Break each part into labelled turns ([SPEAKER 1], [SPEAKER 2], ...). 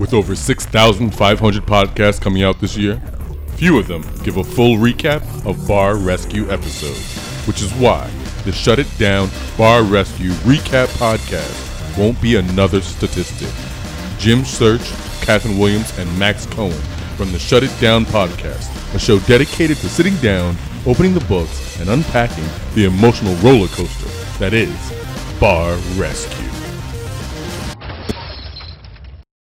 [SPEAKER 1] With over 6,500 podcasts coming out this year, few of them give a full recap of Bar Rescue episodes, which is why the Shut It Down Bar Rescue Recap Podcast won't be another statistic. Jim Search, Catherine Williams, and Max Cohen from the Shut It Down Podcast, a show dedicated to sitting down, opening the books, and unpacking the emotional roller coaster that is Bar Rescue.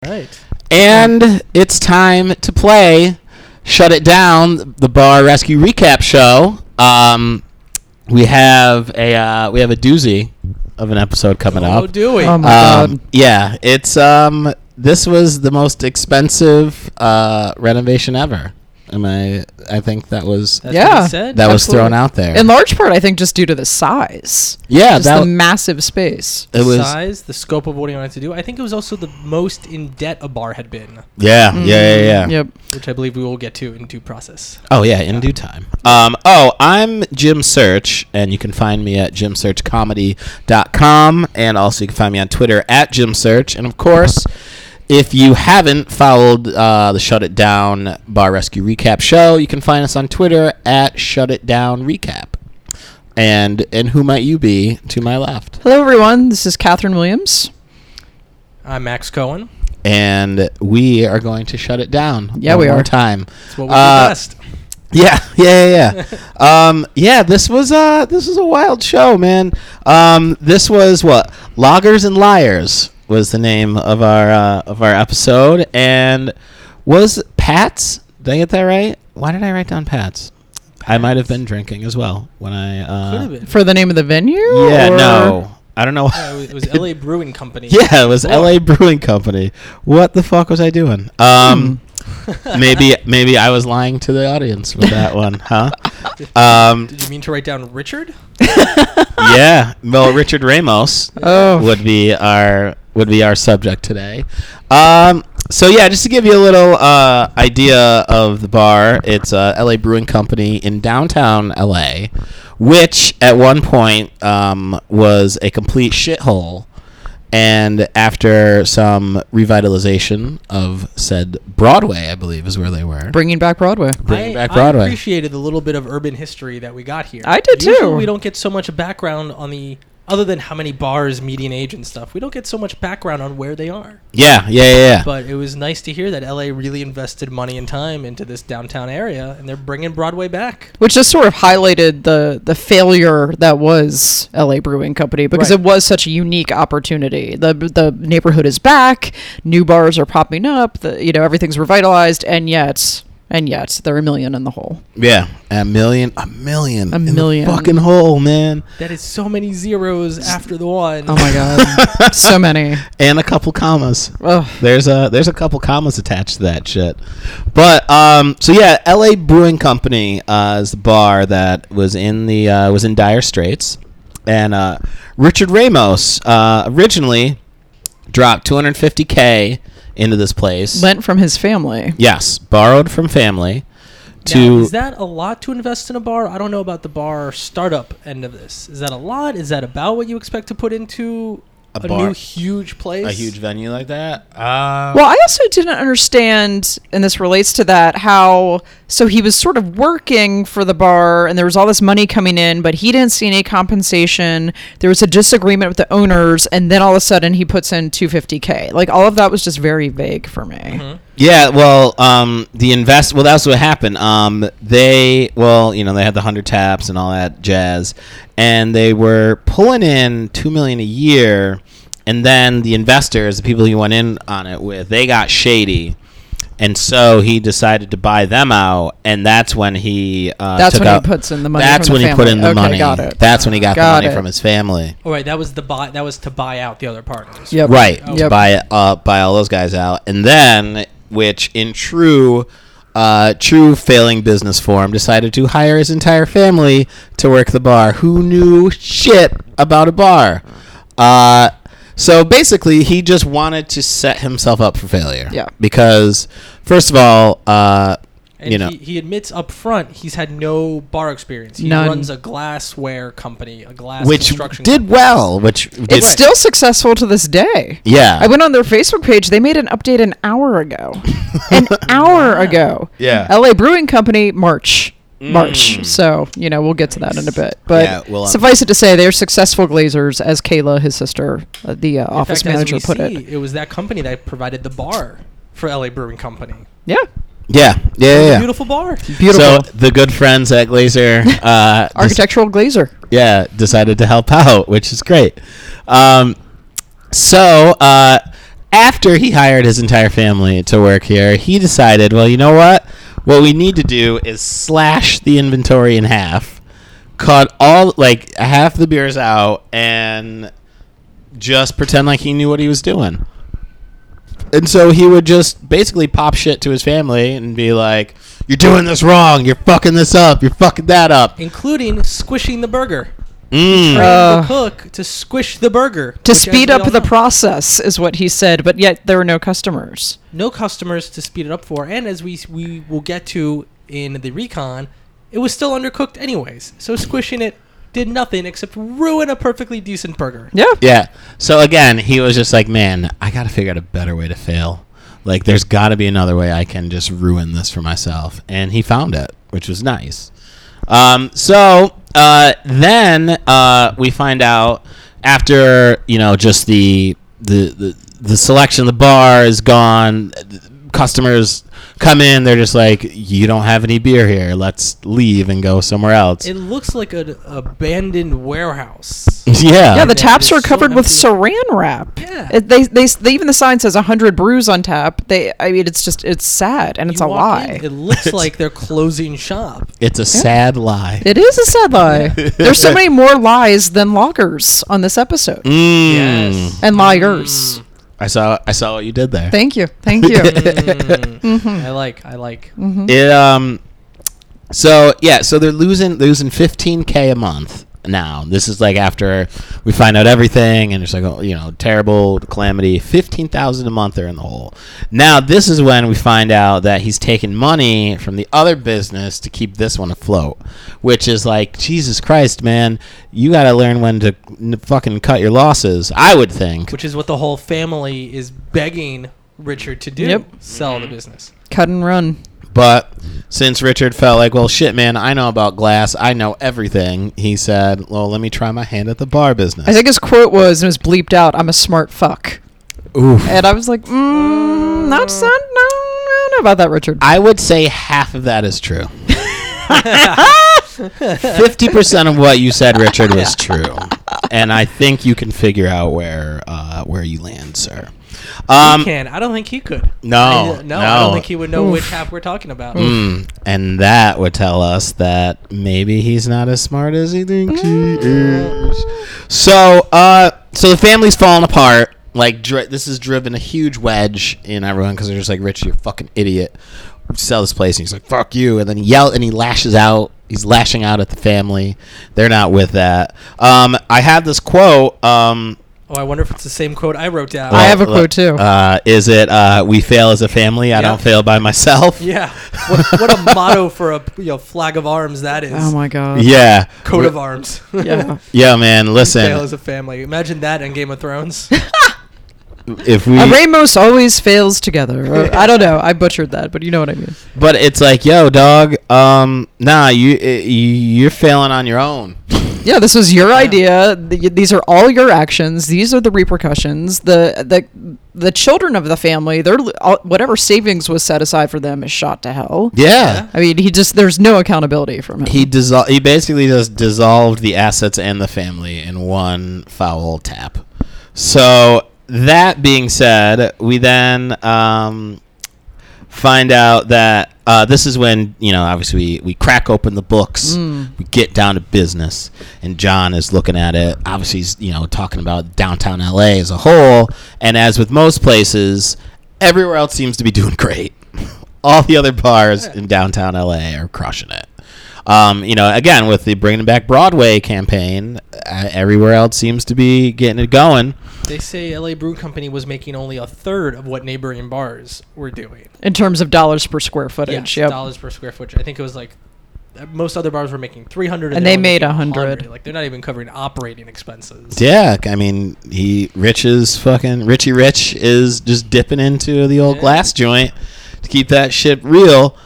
[SPEAKER 2] Right.
[SPEAKER 3] And it's time to play Shut It Down, the Bar Rescue Recap Show. Um, we have a uh, we have a doozy of an episode coming
[SPEAKER 4] Oh,
[SPEAKER 3] up.
[SPEAKER 4] do we?
[SPEAKER 2] Oh my god.
[SPEAKER 3] Um, yeah, it's um this was the most expensive uh, renovation ever. Am I I think that was
[SPEAKER 4] That's
[SPEAKER 2] Yeah.
[SPEAKER 4] What he said.
[SPEAKER 3] that was
[SPEAKER 2] absolutely.
[SPEAKER 3] thrown out there.
[SPEAKER 2] In large part, I think just due to the size.
[SPEAKER 3] yeah,
[SPEAKER 2] just
[SPEAKER 3] that
[SPEAKER 2] the
[SPEAKER 3] w-
[SPEAKER 2] massive space.
[SPEAKER 3] it was
[SPEAKER 4] size, the scope of what he wanted to do. I think it was also the most in debt a bar had been,
[SPEAKER 3] yeah, yeah, yeah, yeah.
[SPEAKER 2] Mm-hmm.
[SPEAKER 4] Mm-hmm.
[SPEAKER 2] Yep.
[SPEAKER 4] which I believe we will get to in due process.
[SPEAKER 3] Oh yeah, in due time. Um, oh, I'm Jim Search, and you can find me at jimsearchcomedy.com, and also you can find me on Twitter at Jim Search, and of course, if you haven't followed uh, the Shut It Down Bar Rescue Recap show, you can find us on Twitter at Shut It Down Recap. And and who might you be to my left?
[SPEAKER 2] Hello, everyone. This is Catherine Williams.
[SPEAKER 4] I'm Max Cohen.
[SPEAKER 3] And we are going to shut it down.
[SPEAKER 2] Yeah,
[SPEAKER 3] one
[SPEAKER 2] we
[SPEAKER 3] more
[SPEAKER 2] are.
[SPEAKER 3] Time.
[SPEAKER 4] That's what we
[SPEAKER 3] Uh,
[SPEAKER 4] do best.
[SPEAKER 3] Yeah, yeah, yeah, yeah. um, yeah, this was uh, this was a wild show, man. Um, this was what loggers and liars was the name of our uh, of our episode, and was Pat's. Did I get that right? Why did I write down Pat's? I might have been drinking as well when I. Uh,
[SPEAKER 4] Could have been.
[SPEAKER 2] For the name of the venue?
[SPEAKER 3] Yeah,
[SPEAKER 2] or-
[SPEAKER 3] no, I don't know.
[SPEAKER 4] Uh, it was LA Brewing Company.
[SPEAKER 3] Yeah, it was
[SPEAKER 4] Cool.
[SPEAKER 3] L.A. Brewing Company. What the fuck was I doing? Um, maybe maybe I was lying to the audience with that one, huh? Um,
[SPEAKER 4] Did you mean to write down Richard?
[SPEAKER 3] yeah. Well, Richard Ramos
[SPEAKER 2] Oh.
[SPEAKER 3] would be our would be our subject today. Um, so yeah, just to give you a little uh, idea of the bar, it's uh, LA Brewing Company in downtown LA, which at one point um, was a complete shithole. And after some revitalization of said Broadway, I believe is where they were.
[SPEAKER 2] Bringing back Broadway.
[SPEAKER 3] Bringing
[SPEAKER 4] I,
[SPEAKER 3] back Broadway.
[SPEAKER 4] I appreciated the little bit of urban history that we got here.
[SPEAKER 2] I did
[SPEAKER 4] Usually
[SPEAKER 2] too.
[SPEAKER 4] We don't get so much background on the other than how many bars, median age, and stuff. We don't get so much background on where they are.
[SPEAKER 3] yeah, yeah, yeah, yeah.
[SPEAKER 4] But it was nice to hear that LA really invested money and time into this downtown area, and they're bringing Broadway back.
[SPEAKER 2] Which just sort of highlighted the, the failure that was LA Brewing Company because
[SPEAKER 4] Right.
[SPEAKER 2] it was such a unique opportunity. The the neighborhood is back, new bars are popping up, the, you know, everything's revitalized, and yet and yet they're a million in the hole.
[SPEAKER 3] yeah, a million, a million,
[SPEAKER 2] A
[SPEAKER 3] in the
[SPEAKER 2] million.
[SPEAKER 3] fucking hole, man.
[SPEAKER 4] That is so many zeros after the one.
[SPEAKER 2] Oh my god. so many.
[SPEAKER 3] and a couple commas.
[SPEAKER 2] Ugh.
[SPEAKER 3] There's a there's a couple commas attached to that shit. But um, so yeah, L.A. Brewing Company uh, is the bar that was in the uh, was in dire straits, and uh, Richard Ramos uh, originally dropped 250k into this place.
[SPEAKER 2] Lent from his family.
[SPEAKER 3] yes, borrowed from family to
[SPEAKER 4] Now, is that a lot to invest in a bar? I don't know about the bar startup end of this. Is that a lot? Is that about what you expect to put into
[SPEAKER 3] A
[SPEAKER 4] a,
[SPEAKER 3] bar.
[SPEAKER 4] new huge place?
[SPEAKER 3] a huge venue like that. Uh,
[SPEAKER 2] Well, I also didn't understand, and this relates to that, how so he was sort of working for the bar and there was all this money coming in, but he didn't see any compensation. There was a disagreement with the owners, and then all of a sudden he puts in 250K. Like all of that was just very vague for me.
[SPEAKER 3] Yeah, well, um, the invest. Well, that's what happened. Um, they, well, you know, they had the hundred taps and all that jazz, and they were pulling in two million a year, and then the investors, the people he went in on it with, they got shady, and so he decided to buy them out, and that's when he. Uh,
[SPEAKER 2] That's
[SPEAKER 3] took
[SPEAKER 2] when he
[SPEAKER 3] out-
[SPEAKER 2] puts in the money
[SPEAKER 3] That's
[SPEAKER 2] from
[SPEAKER 3] when
[SPEAKER 2] the
[SPEAKER 3] he put
[SPEAKER 2] family.
[SPEAKER 3] in the
[SPEAKER 2] Okay,
[SPEAKER 3] money.
[SPEAKER 2] got it.
[SPEAKER 3] That's when he got,
[SPEAKER 2] Got
[SPEAKER 3] the money
[SPEAKER 2] it.
[SPEAKER 3] from his family.
[SPEAKER 4] All right, that was the buy. That was to buy out the other partners.
[SPEAKER 2] Yep.
[SPEAKER 3] Right.
[SPEAKER 2] Oh.
[SPEAKER 3] To
[SPEAKER 2] Yep.
[SPEAKER 3] buy uh, buy all those guys out. And then which in true uh, true failing business form decided to hire his entire family to work the bar. Who knew shit about a bar? Uh, so basically he just wanted to set himself up for failure.
[SPEAKER 2] Yeah.
[SPEAKER 3] Because first of all, uh,
[SPEAKER 4] And
[SPEAKER 3] You know.
[SPEAKER 4] he, he admits up front he's had no bar experience. He
[SPEAKER 2] None.
[SPEAKER 4] runs a glassware company, a glass
[SPEAKER 3] which
[SPEAKER 4] construction
[SPEAKER 3] did
[SPEAKER 4] company.
[SPEAKER 3] well. Which did,
[SPEAKER 2] It's still successful to this day.
[SPEAKER 3] Yeah.
[SPEAKER 2] I went on their Facebook page. They made an update an hour ago. an hour ago.
[SPEAKER 3] Yeah.
[SPEAKER 2] LA Brewing Company, March.
[SPEAKER 4] Mm.
[SPEAKER 2] March. So, you know, we'll get to that in a bit. But
[SPEAKER 3] Yeah, we'll, um,
[SPEAKER 2] suffice it to say, they're successful glazers, as Kayla, his sister, uh, the uh,
[SPEAKER 4] In
[SPEAKER 2] office
[SPEAKER 4] fact, as
[SPEAKER 2] manager,
[SPEAKER 4] we
[SPEAKER 2] put
[SPEAKER 4] see,
[SPEAKER 2] it.
[SPEAKER 4] It was that company that provided the bar for LA Brewing Company.
[SPEAKER 2] Yeah.
[SPEAKER 3] yeah, yeah, yeah.
[SPEAKER 4] Beautiful bar.
[SPEAKER 2] Beautiful.
[SPEAKER 3] So the good friends at Glazer, uh, dis-
[SPEAKER 2] Architectural glazer.
[SPEAKER 3] yeah, decided to help out, which is great. Um, so uh, after he hired his entire family to work here, he decided, well, you know what? What we need to do is slash the inventory in half, cut all like half the beers out, and just pretend like he knew what he was doing. And so he would just basically pop shit to his family and be like, "You're doing this wrong. You're fucking this up. You're fucking that up."
[SPEAKER 4] Including squishing the burger.
[SPEAKER 3] Mm.
[SPEAKER 4] Trained
[SPEAKER 2] Uh,
[SPEAKER 4] the cook to squish the burger.
[SPEAKER 2] To
[SPEAKER 4] which, as
[SPEAKER 2] speed
[SPEAKER 4] we
[SPEAKER 2] up
[SPEAKER 4] all
[SPEAKER 2] the
[SPEAKER 4] know,
[SPEAKER 2] process is what he said, but yet there were no customers.
[SPEAKER 4] No customers to speed it up for. And as we, we will get to in the recon, it was still undercooked anyways. So squishing it did nothing except ruin a perfectly decent burger.
[SPEAKER 2] Yeah.
[SPEAKER 3] Yeah. So again, he was just like, man, I got to figure out a better way to fail. Like, there's got to be another way I can just ruin this for myself. And he found it, which was nice. Um, so uh, then uh, we find out after, you know, just the, the, the, the selection, the bar is gone. Customers come in, they're just like, you don't have any beer here. Let's leave and go somewhere else.
[SPEAKER 4] It looks like an abandoned warehouse.
[SPEAKER 3] yeah.
[SPEAKER 2] Yeah, the
[SPEAKER 4] Yeah,
[SPEAKER 2] taps
[SPEAKER 4] they're
[SPEAKER 2] are
[SPEAKER 4] so
[SPEAKER 2] covered with
[SPEAKER 4] empty.
[SPEAKER 2] saran wrap.
[SPEAKER 4] Yeah.
[SPEAKER 2] It, they, they, they even the sign says 100 brews on tap. They I mean it's just it's sad and it's
[SPEAKER 4] You
[SPEAKER 2] a
[SPEAKER 4] walk
[SPEAKER 2] lie.
[SPEAKER 4] in, it looks like they're closing shop.
[SPEAKER 3] it's a sad lie.
[SPEAKER 2] It is a sad lie. There's so many more lies than loggers on this episode.
[SPEAKER 3] Mm.
[SPEAKER 4] Yes. Mm.
[SPEAKER 2] And liars.
[SPEAKER 3] I saw I saw what you did there.
[SPEAKER 2] Thank you. Thank you. Mm-hmm.
[SPEAKER 4] I like. I like.
[SPEAKER 3] It um so yeah, so they're losing losing 15k a month now. This is like after we find out everything and it's like oh, you know, terrible calamity, 15,000 a month they're in the hole. Now, this is when we find out that he's taking money from the other business to keep this one afloat, which is like Jesus Christ, man, you got to learn when to n- fucking cut your losses, I would think.
[SPEAKER 4] Which is what the whole family is begging Richard to do.
[SPEAKER 2] Yep.
[SPEAKER 4] Sell the business.
[SPEAKER 2] Cut and run.
[SPEAKER 3] But since Richard felt like, well, shit, man, I know about glass, I know everything, he said, well, let me try my hand at the bar business.
[SPEAKER 2] I think his quote was and it was bleeped out, I'm a smart fuck.
[SPEAKER 3] Oof.
[SPEAKER 2] And I was like, mm, not so no, I don't know about that, Richard.
[SPEAKER 3] I would say half of that is true. 50% of what you said, Richard, was true. And I think you can figure out where uh, where you land, sir.
[SPEAKER 4] he
[SPEAKER 3] Um,
[SPEAKER 4] can. I don't think he could.
[SPEAKER 3] No,
[SPEAKER 4] I, no. I
[SPEAKER 3] no.
[SPEAKER 4] don't think he would know which half we're talking about.
[SPEAKER 3] mm, and that would tell us that maybe he's not as smart as he thinks he is. So, uh, so the family's falling apart. Like dri- this has driven a huge wedge in everyone because they're just like, Rich, you're a fucking idiot. Sell this place, and he's like, "Fuck you!" And then he yell, and he lashes out. He's lashing out at the family. They're not with that. Um, I have this quote. Um,
[SPEAKER 4] Oh, I wonder if it's the same quote I wrote down.
[SPEAKER 2] I have a
[SPEAKER 3] uh,
[SPEAKER 2] quote, too.
[SPEAKER 3] Uh, is it uh, "We fail as a family. I
[SPEAKER 4] Yeah.
[SPEAKER 3] don't fail by myself."
[SPEAKER 4] yeah. What, what a motto for a you know, flag of arms that is.
[SPEAKER 2] Oh my god.
[SPEAKER 3] Yeah.
[SPEAKER 4] Coat of arms.
[SPEAKER 2] Yeah.
[SPEAKER 3] Yeah, man.
[SPEAKER 4] Fail
[SPEAKER 3] Listen,
[SPEAKER 4] as a family. Imagine that in Game of Thrones.
[SPEAKER 3] if we,
[SPEAKER 2] A Ramos always fails together. Or- I don't know. I butchered that, but you know what I mean.
[SPEAKER 3] but it's like, yo, dog. Um, nah, you i- you- you're failing on your own.
[SPEAKER 2] Yeah, this was your idea. Th- These are all your actions. These are the repercussions. The the the children of the family, their all- whatever savings was set aside for them is shot to hell.
[SPEAKER 3] Yeah.
[SPEAKER 2] I mean, he just there's no accountability from him.
[SPEAKER 3] He dissol- He basically just dissolved the assets and the family in one foul tap. So that being said, we then um, find out that uh, this is when you know obviously we, we crack open the books we get down to business and john is looking at it obviously he's you know talking about downtown la as a whole and as with most places everywhere else seems to be doing great all the other bars in downtown la are crushing it um, you know, again with the bringing back Broadway campaign, uh, everywhere else seems to be getting it going.
[SPEAKER 4] They say LA Brew Company was making only a third of what neighboring bars were doing.
[SPEAKER 2] in terms of dollars per square footage.
[SPEAKER 4] Yes,
[SPEAKER 2] Yeah,
[SPEAKER 4] dollars per square foot. I think it was like uh, most other bars were making 300
[SPEAKER 2] And
[SPEAKER 4] they're
[SPEAKER 2] they
[SPEAKER 4] only
[SPEAKER 2] made
[SPEAKER 4] making
[SPEAKER 2] 100.
[SPEAKER 4] Like they're not even covering operating expenses.
[SPEAKER 3] Dick. I mean, he Rich is fucking Richie Rich is just dipping into the old
[SPEAKER 4] Yeah.
[SPEAKER 3] glass joint to keep that shit real,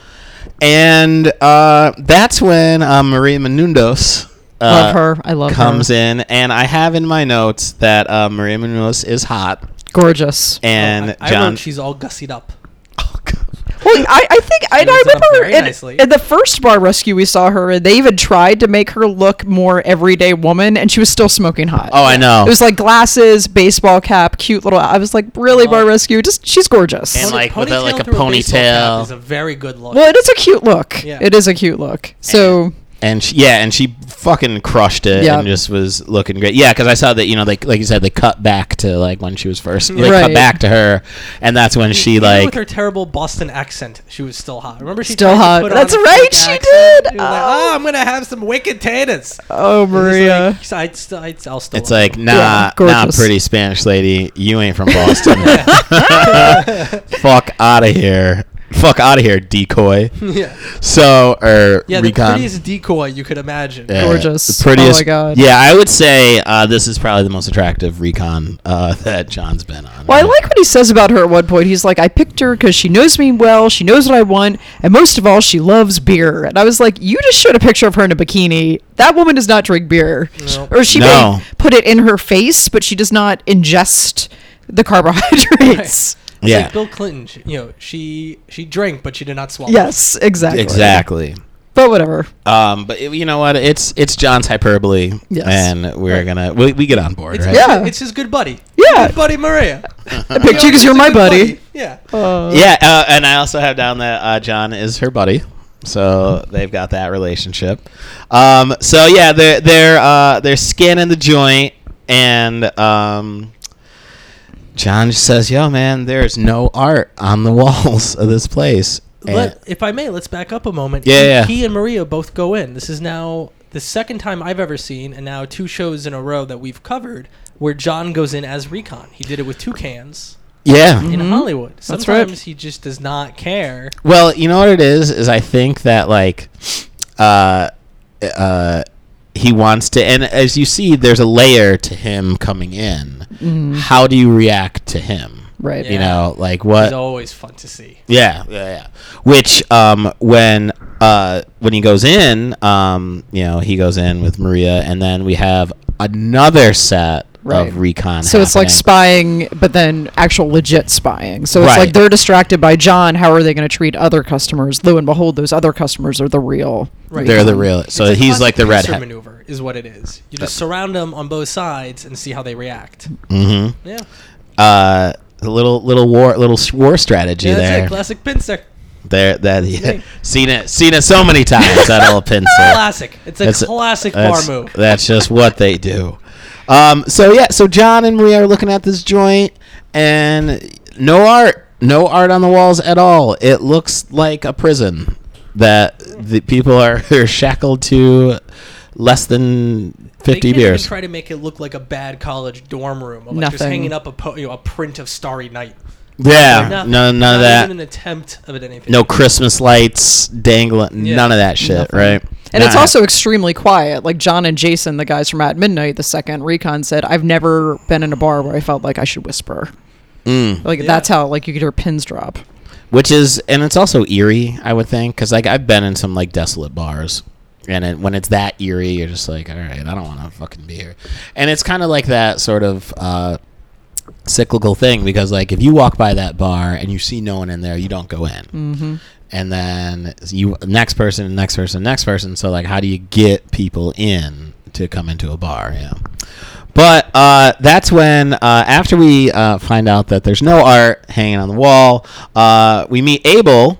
[SPEAKER 3] and uh, that's when uh, Maria Menounos uh,
[SPEAKER 2] love her. I love
[SPEAKER 3] comes
[SPEAKER 2] her.
[SPEAKER 3] in, and I have in my notes that uh, Maria Menounos is hot,
[SPEAKER 2] Gorgeous.
[SPEAKER 3] and
[SPEAKER 2] Oh,
[SPEAKER 4] I, I
[SPEAKER 3] uh, John.
[SPEAKER 4] wrote she's all gussied up.
[SPEAKER 3] Oh, God.
[SPEAKER 2] Well, I, I think and I
[SPEAKER 4] was up
[SPEAKER 2] remember
[SPEAKER 4] very
[SPEAKER 2] in,
[SPEAKER 4] nicely.
[SPEAKER 2] in the first bar rescue we saw her, they even tried to make her look more everyday woman, and she was still smoking hot.
[SPEAKER 3] Oh, I know.
[SPEAKER 2] It was like glasses, baseball cap, cute little. I was like, really, bar rescue? Just she's gorgeous.
[SPEAKER 3] And,
[SPEAKER 4] Pony-
[SPEAKER 3] like, with
[SPEAKER 4] ponytail
[SPEAKER 3] a- like, a
[SPEAKER 4] through baseball cap
[SPEAKER 3] ponytail.
[SPEAKER 4] is a very good look.
[SPEAKER 2] well, it is a cute look.
[SPEAKER 4] Yeah.
[SPEAKER 2] It is a cute look. So
[SPEAKER 3] and she, yeah, and she fucking crushed it
[SPEAKER 2] Yeah.
[SPEAKER 3] and just was looking great. Yeah, because I saw that you know, like like you said, they cut back to like when she was first. They
[SPEAKER 2] Right.
[SPEAKER 3] cut back to her, and that's when she
[SPEAKER 4] Even
[SPEAKER 3] like
[SPEAKER 4] with her terrible Boston accent, she was still hot. Remember, she tried
[SPEAKER 2] Still
[SPEAKER 4] to
[SPEAKER 2] hot.
[SPEAKER 4] put
[SPEAKER 2] That's
[SPEAKER 4] on a
[SPEAKER 2] right,
[SPEAKER 4] fake
[SPEAKER 2] she
[SPEAKER 4] accent?
[SPEAKER 2] did.
[SPEAKER 4] She was like,
[SPEAKER 2] Oh.
[SPEAKER 4] "Oh, I'm gonna have some wicked taters."
[SPEAKER 2] oh Maria,
[SPEAKER 4] It's like, I'd still, I'd, I'll still.
[SPEAKER 3] It's like, nah,
[SPEAKER 2] Yeah,
[SPEAKER 3] nah,
[SPEAKER 2] gorgeous.
[SPEAKER 3] pretty Spanish lady, you ain't from Boston. Fuck out of here. Fuck out of here, decoy.
[SPEAKER 4] yeah,
[SPEAKER 3] So, or
[SPEAKER 4] yeah, the
[SPEAKER 3] recon.
[SPEAKER 4] prettiest decoy you could imagine.
[SPEAKER 3] Yeah,
[SPEAKER 2] Gorgeous.
[SPEAKER 3] the prettiest.
[SPEAKER 2] Oh my God.
[SPEAKER 3] Yeah, I would say uh, this is probably the most attractive recon uh, that John's been on.
[SPEAKER 2] Well, I like what he says about her at one point. He's like, I picked her because she knows me well, she knows what I want, and most of all, she loves beer. And I was like, You just showed a picture of her in a bikini. That woman does not drink beer.
[SPEAKER 4] No.
[SPEAKER 2] Or she
[SPEAKER 3] No.
[SPEAKER 2] may put it in her face, but she does not ingest the carbohydrates.
[SPEAKER 4] It's
[SPEAKER 3] Yeah,
[SPEAKER 4] like Bill Clinton. She, you know, she she drank, but she did not swallow.
[SPEAKER 2] Yes, exactly.
[SPEAKER 3] exactly.
[SPEAKER 2] But whatever.
[SPEAKER 3] Um, but you know what? It's it's John's hyperbole,
[SPEAKER 2] Yes.
[SPEAKER 3] and we're gonna we, we get on board,
[SPEAKER 4] It's,
[SPEAKER 3] right?
[SPEAKER 2] Yeah.
[SPEAKER 4] it's his good buddy.
[SPEAKER 2] Yeah.
[SPEAKER 4] good buddy Maria.
[SPEAKER 2] I picked you because
[SPEAKER 4] He's
[SPEAKER 2] you're
[SPEAKER 4] a
[SPEAKER 2] my
[SPEAKER 4] good
[SPEAKER 2] buddy.
[SPEAKER 4] Yeah,
[SPEAKER 2] Uh,
[SPEAKER 3] Yeah, uh, and I also have down that uh, John is her buddy, so they've got that relationship. Um, so yeah, they're they're uh, they're scanning the joint, and um, John just says, "Yo, man, there's no art on the walls of this place." And-
[SPEAKER 4] Let, if I may, let's back up a moment.
[SPEAKER 3] Yeah,
[SPEAKER 4] He-
[SPEAKER 3] yeah.
[SPEAKER 4] He and Maria both go in. This is now the second time I've ever seen, and now two shows in a row that we've covered where John goes in as Recon. He did it with two cans
[SPEAKER 3] yeah.
[SPEAKER 4] in Hollywood. Sometimes
[SPEAKER 2] Mm-hmm. right.
[SPEAKER 4] he just does not care.
[SPEAKER 3] Well, you know what it is is I think that like, uh, uh, he wants to, and as you see, there's a layer to him coming in. How do you react to him?
[SPEAKER 2] Right.
[SPEAKER 3] You
[SPEAKER 4] Yeah.
[SPEAKER 3] know, like what?
[SPEAKER 4] It's always fun to see.
[SPEAKER 3] Yeah, yeah, yeah. Which um, when uh, when he goes in, um, you know, he goes in with Maria, and then we have another set
[SPEAKER 2] Right.
[SPEAKER 3] of recon.
[SPEAKER 2] So it's like
[SPEAKER 3] happening.
[SPEAKER 2] spying, but then actual legit spying. So it's
[SPEAKER 3] Right.
[SPEAKER 2] like they're distracted by John. How are they going to treat other customers? Lo and behold, those other customers are the real.
[SPEAKER 4] Right.
[SPEAKER 3] They're the real.
[SPEAKER 4] It's
[SPEAKER 3] So
[SPEAKER 4] a
[SPEAKER 3] he's like the
[SPEAKER 4] classic pincer
[SPEAKER 3] redhead.
[SPEAKER 4] maneuver is what it is. You just surround them on both sides and see how they react.
[SPEAKER 3] Mm-hmm.
[SPEAKER 4] Yeah,
[SPEAKER 3] Uh, a little little war little s- war strategy
[SPEAKER 4] yeah that's
[SPEAKER 3] there.
[SPEAKER 4] it. Classic pincer.
[SPEAKER 3] there that yeah.
[SPEAKER 4] Yeah.
[SPEAKER 3] seen it seen it so many times that old pencil.
[SPEAKER 4] Classic. It's a
[SPEAKER 3] That's a-
[SPEAKER 4] classic bar
[SPEAKER 3] That's,
[SPEAKER 4] move.
[SPEAKER 3] that's just what they do. Um, so yeah, so John and Maria are looking at this joint, and no art, no art on the walls at all. It looks like a prison that the people are, are shackled to less than fifty
[SPEAKER 4] they can't even
[SPEAKER 3] beers.
[SPEAKER 4] Try to make it look like a bad college dorm room. Of like just
[SPEAKER 2] Nothing.
[SPEAKER 4] hanging up a po- you know, a print of Starry Night.
[SPEAKER 3] Yeah,
[SPEAKER 4] Like nothing.
[SPEAKER 3] no, none
[SPEAKER 4] Not
[SPEAKER 3] of that.
[SPEAKER 4] Even an attempt of it anything.
[SPEAKER 3] No Christmas lights dangling.
[SPEAKER 4] Yeah.
[SPEAKER 3] None of that shit.
[SPEAKER 2] Nothing.
[SPEAKER 3] Right.
[SPEAKER 2] And it's
[SPEAKER 3] Nah.
[SPEAKER 2] also extremely quiet. Like John and Jason, the guys from At Midnight, the second recon said, I've never been in a bar where I felt like I should whisper.
[SPEAKER 3] Mm.
[SPEAKER 2] Like
[SPEAKER 4] Yeah.
[SPEAKER 2] that's how like you could hear pins drop.
[SPEAKER 3] which is and it's also eerie i would think because like i've been in some like desolate bars and it, when it's that eerie you're just like all right i don't want to fucking be here and it's kind of like that sort of uh cyclical thing because like if you walk by that bar and you see no one in there you don't go in
[SPEAKER 2] Mm-hmm.
[SPEAKER 3] and then you next person next person next person so like how do you get people in to come into a bar yeah but uh, that's when uh, after we uh, find out that there's no art hanging on the wall uh, we meet abel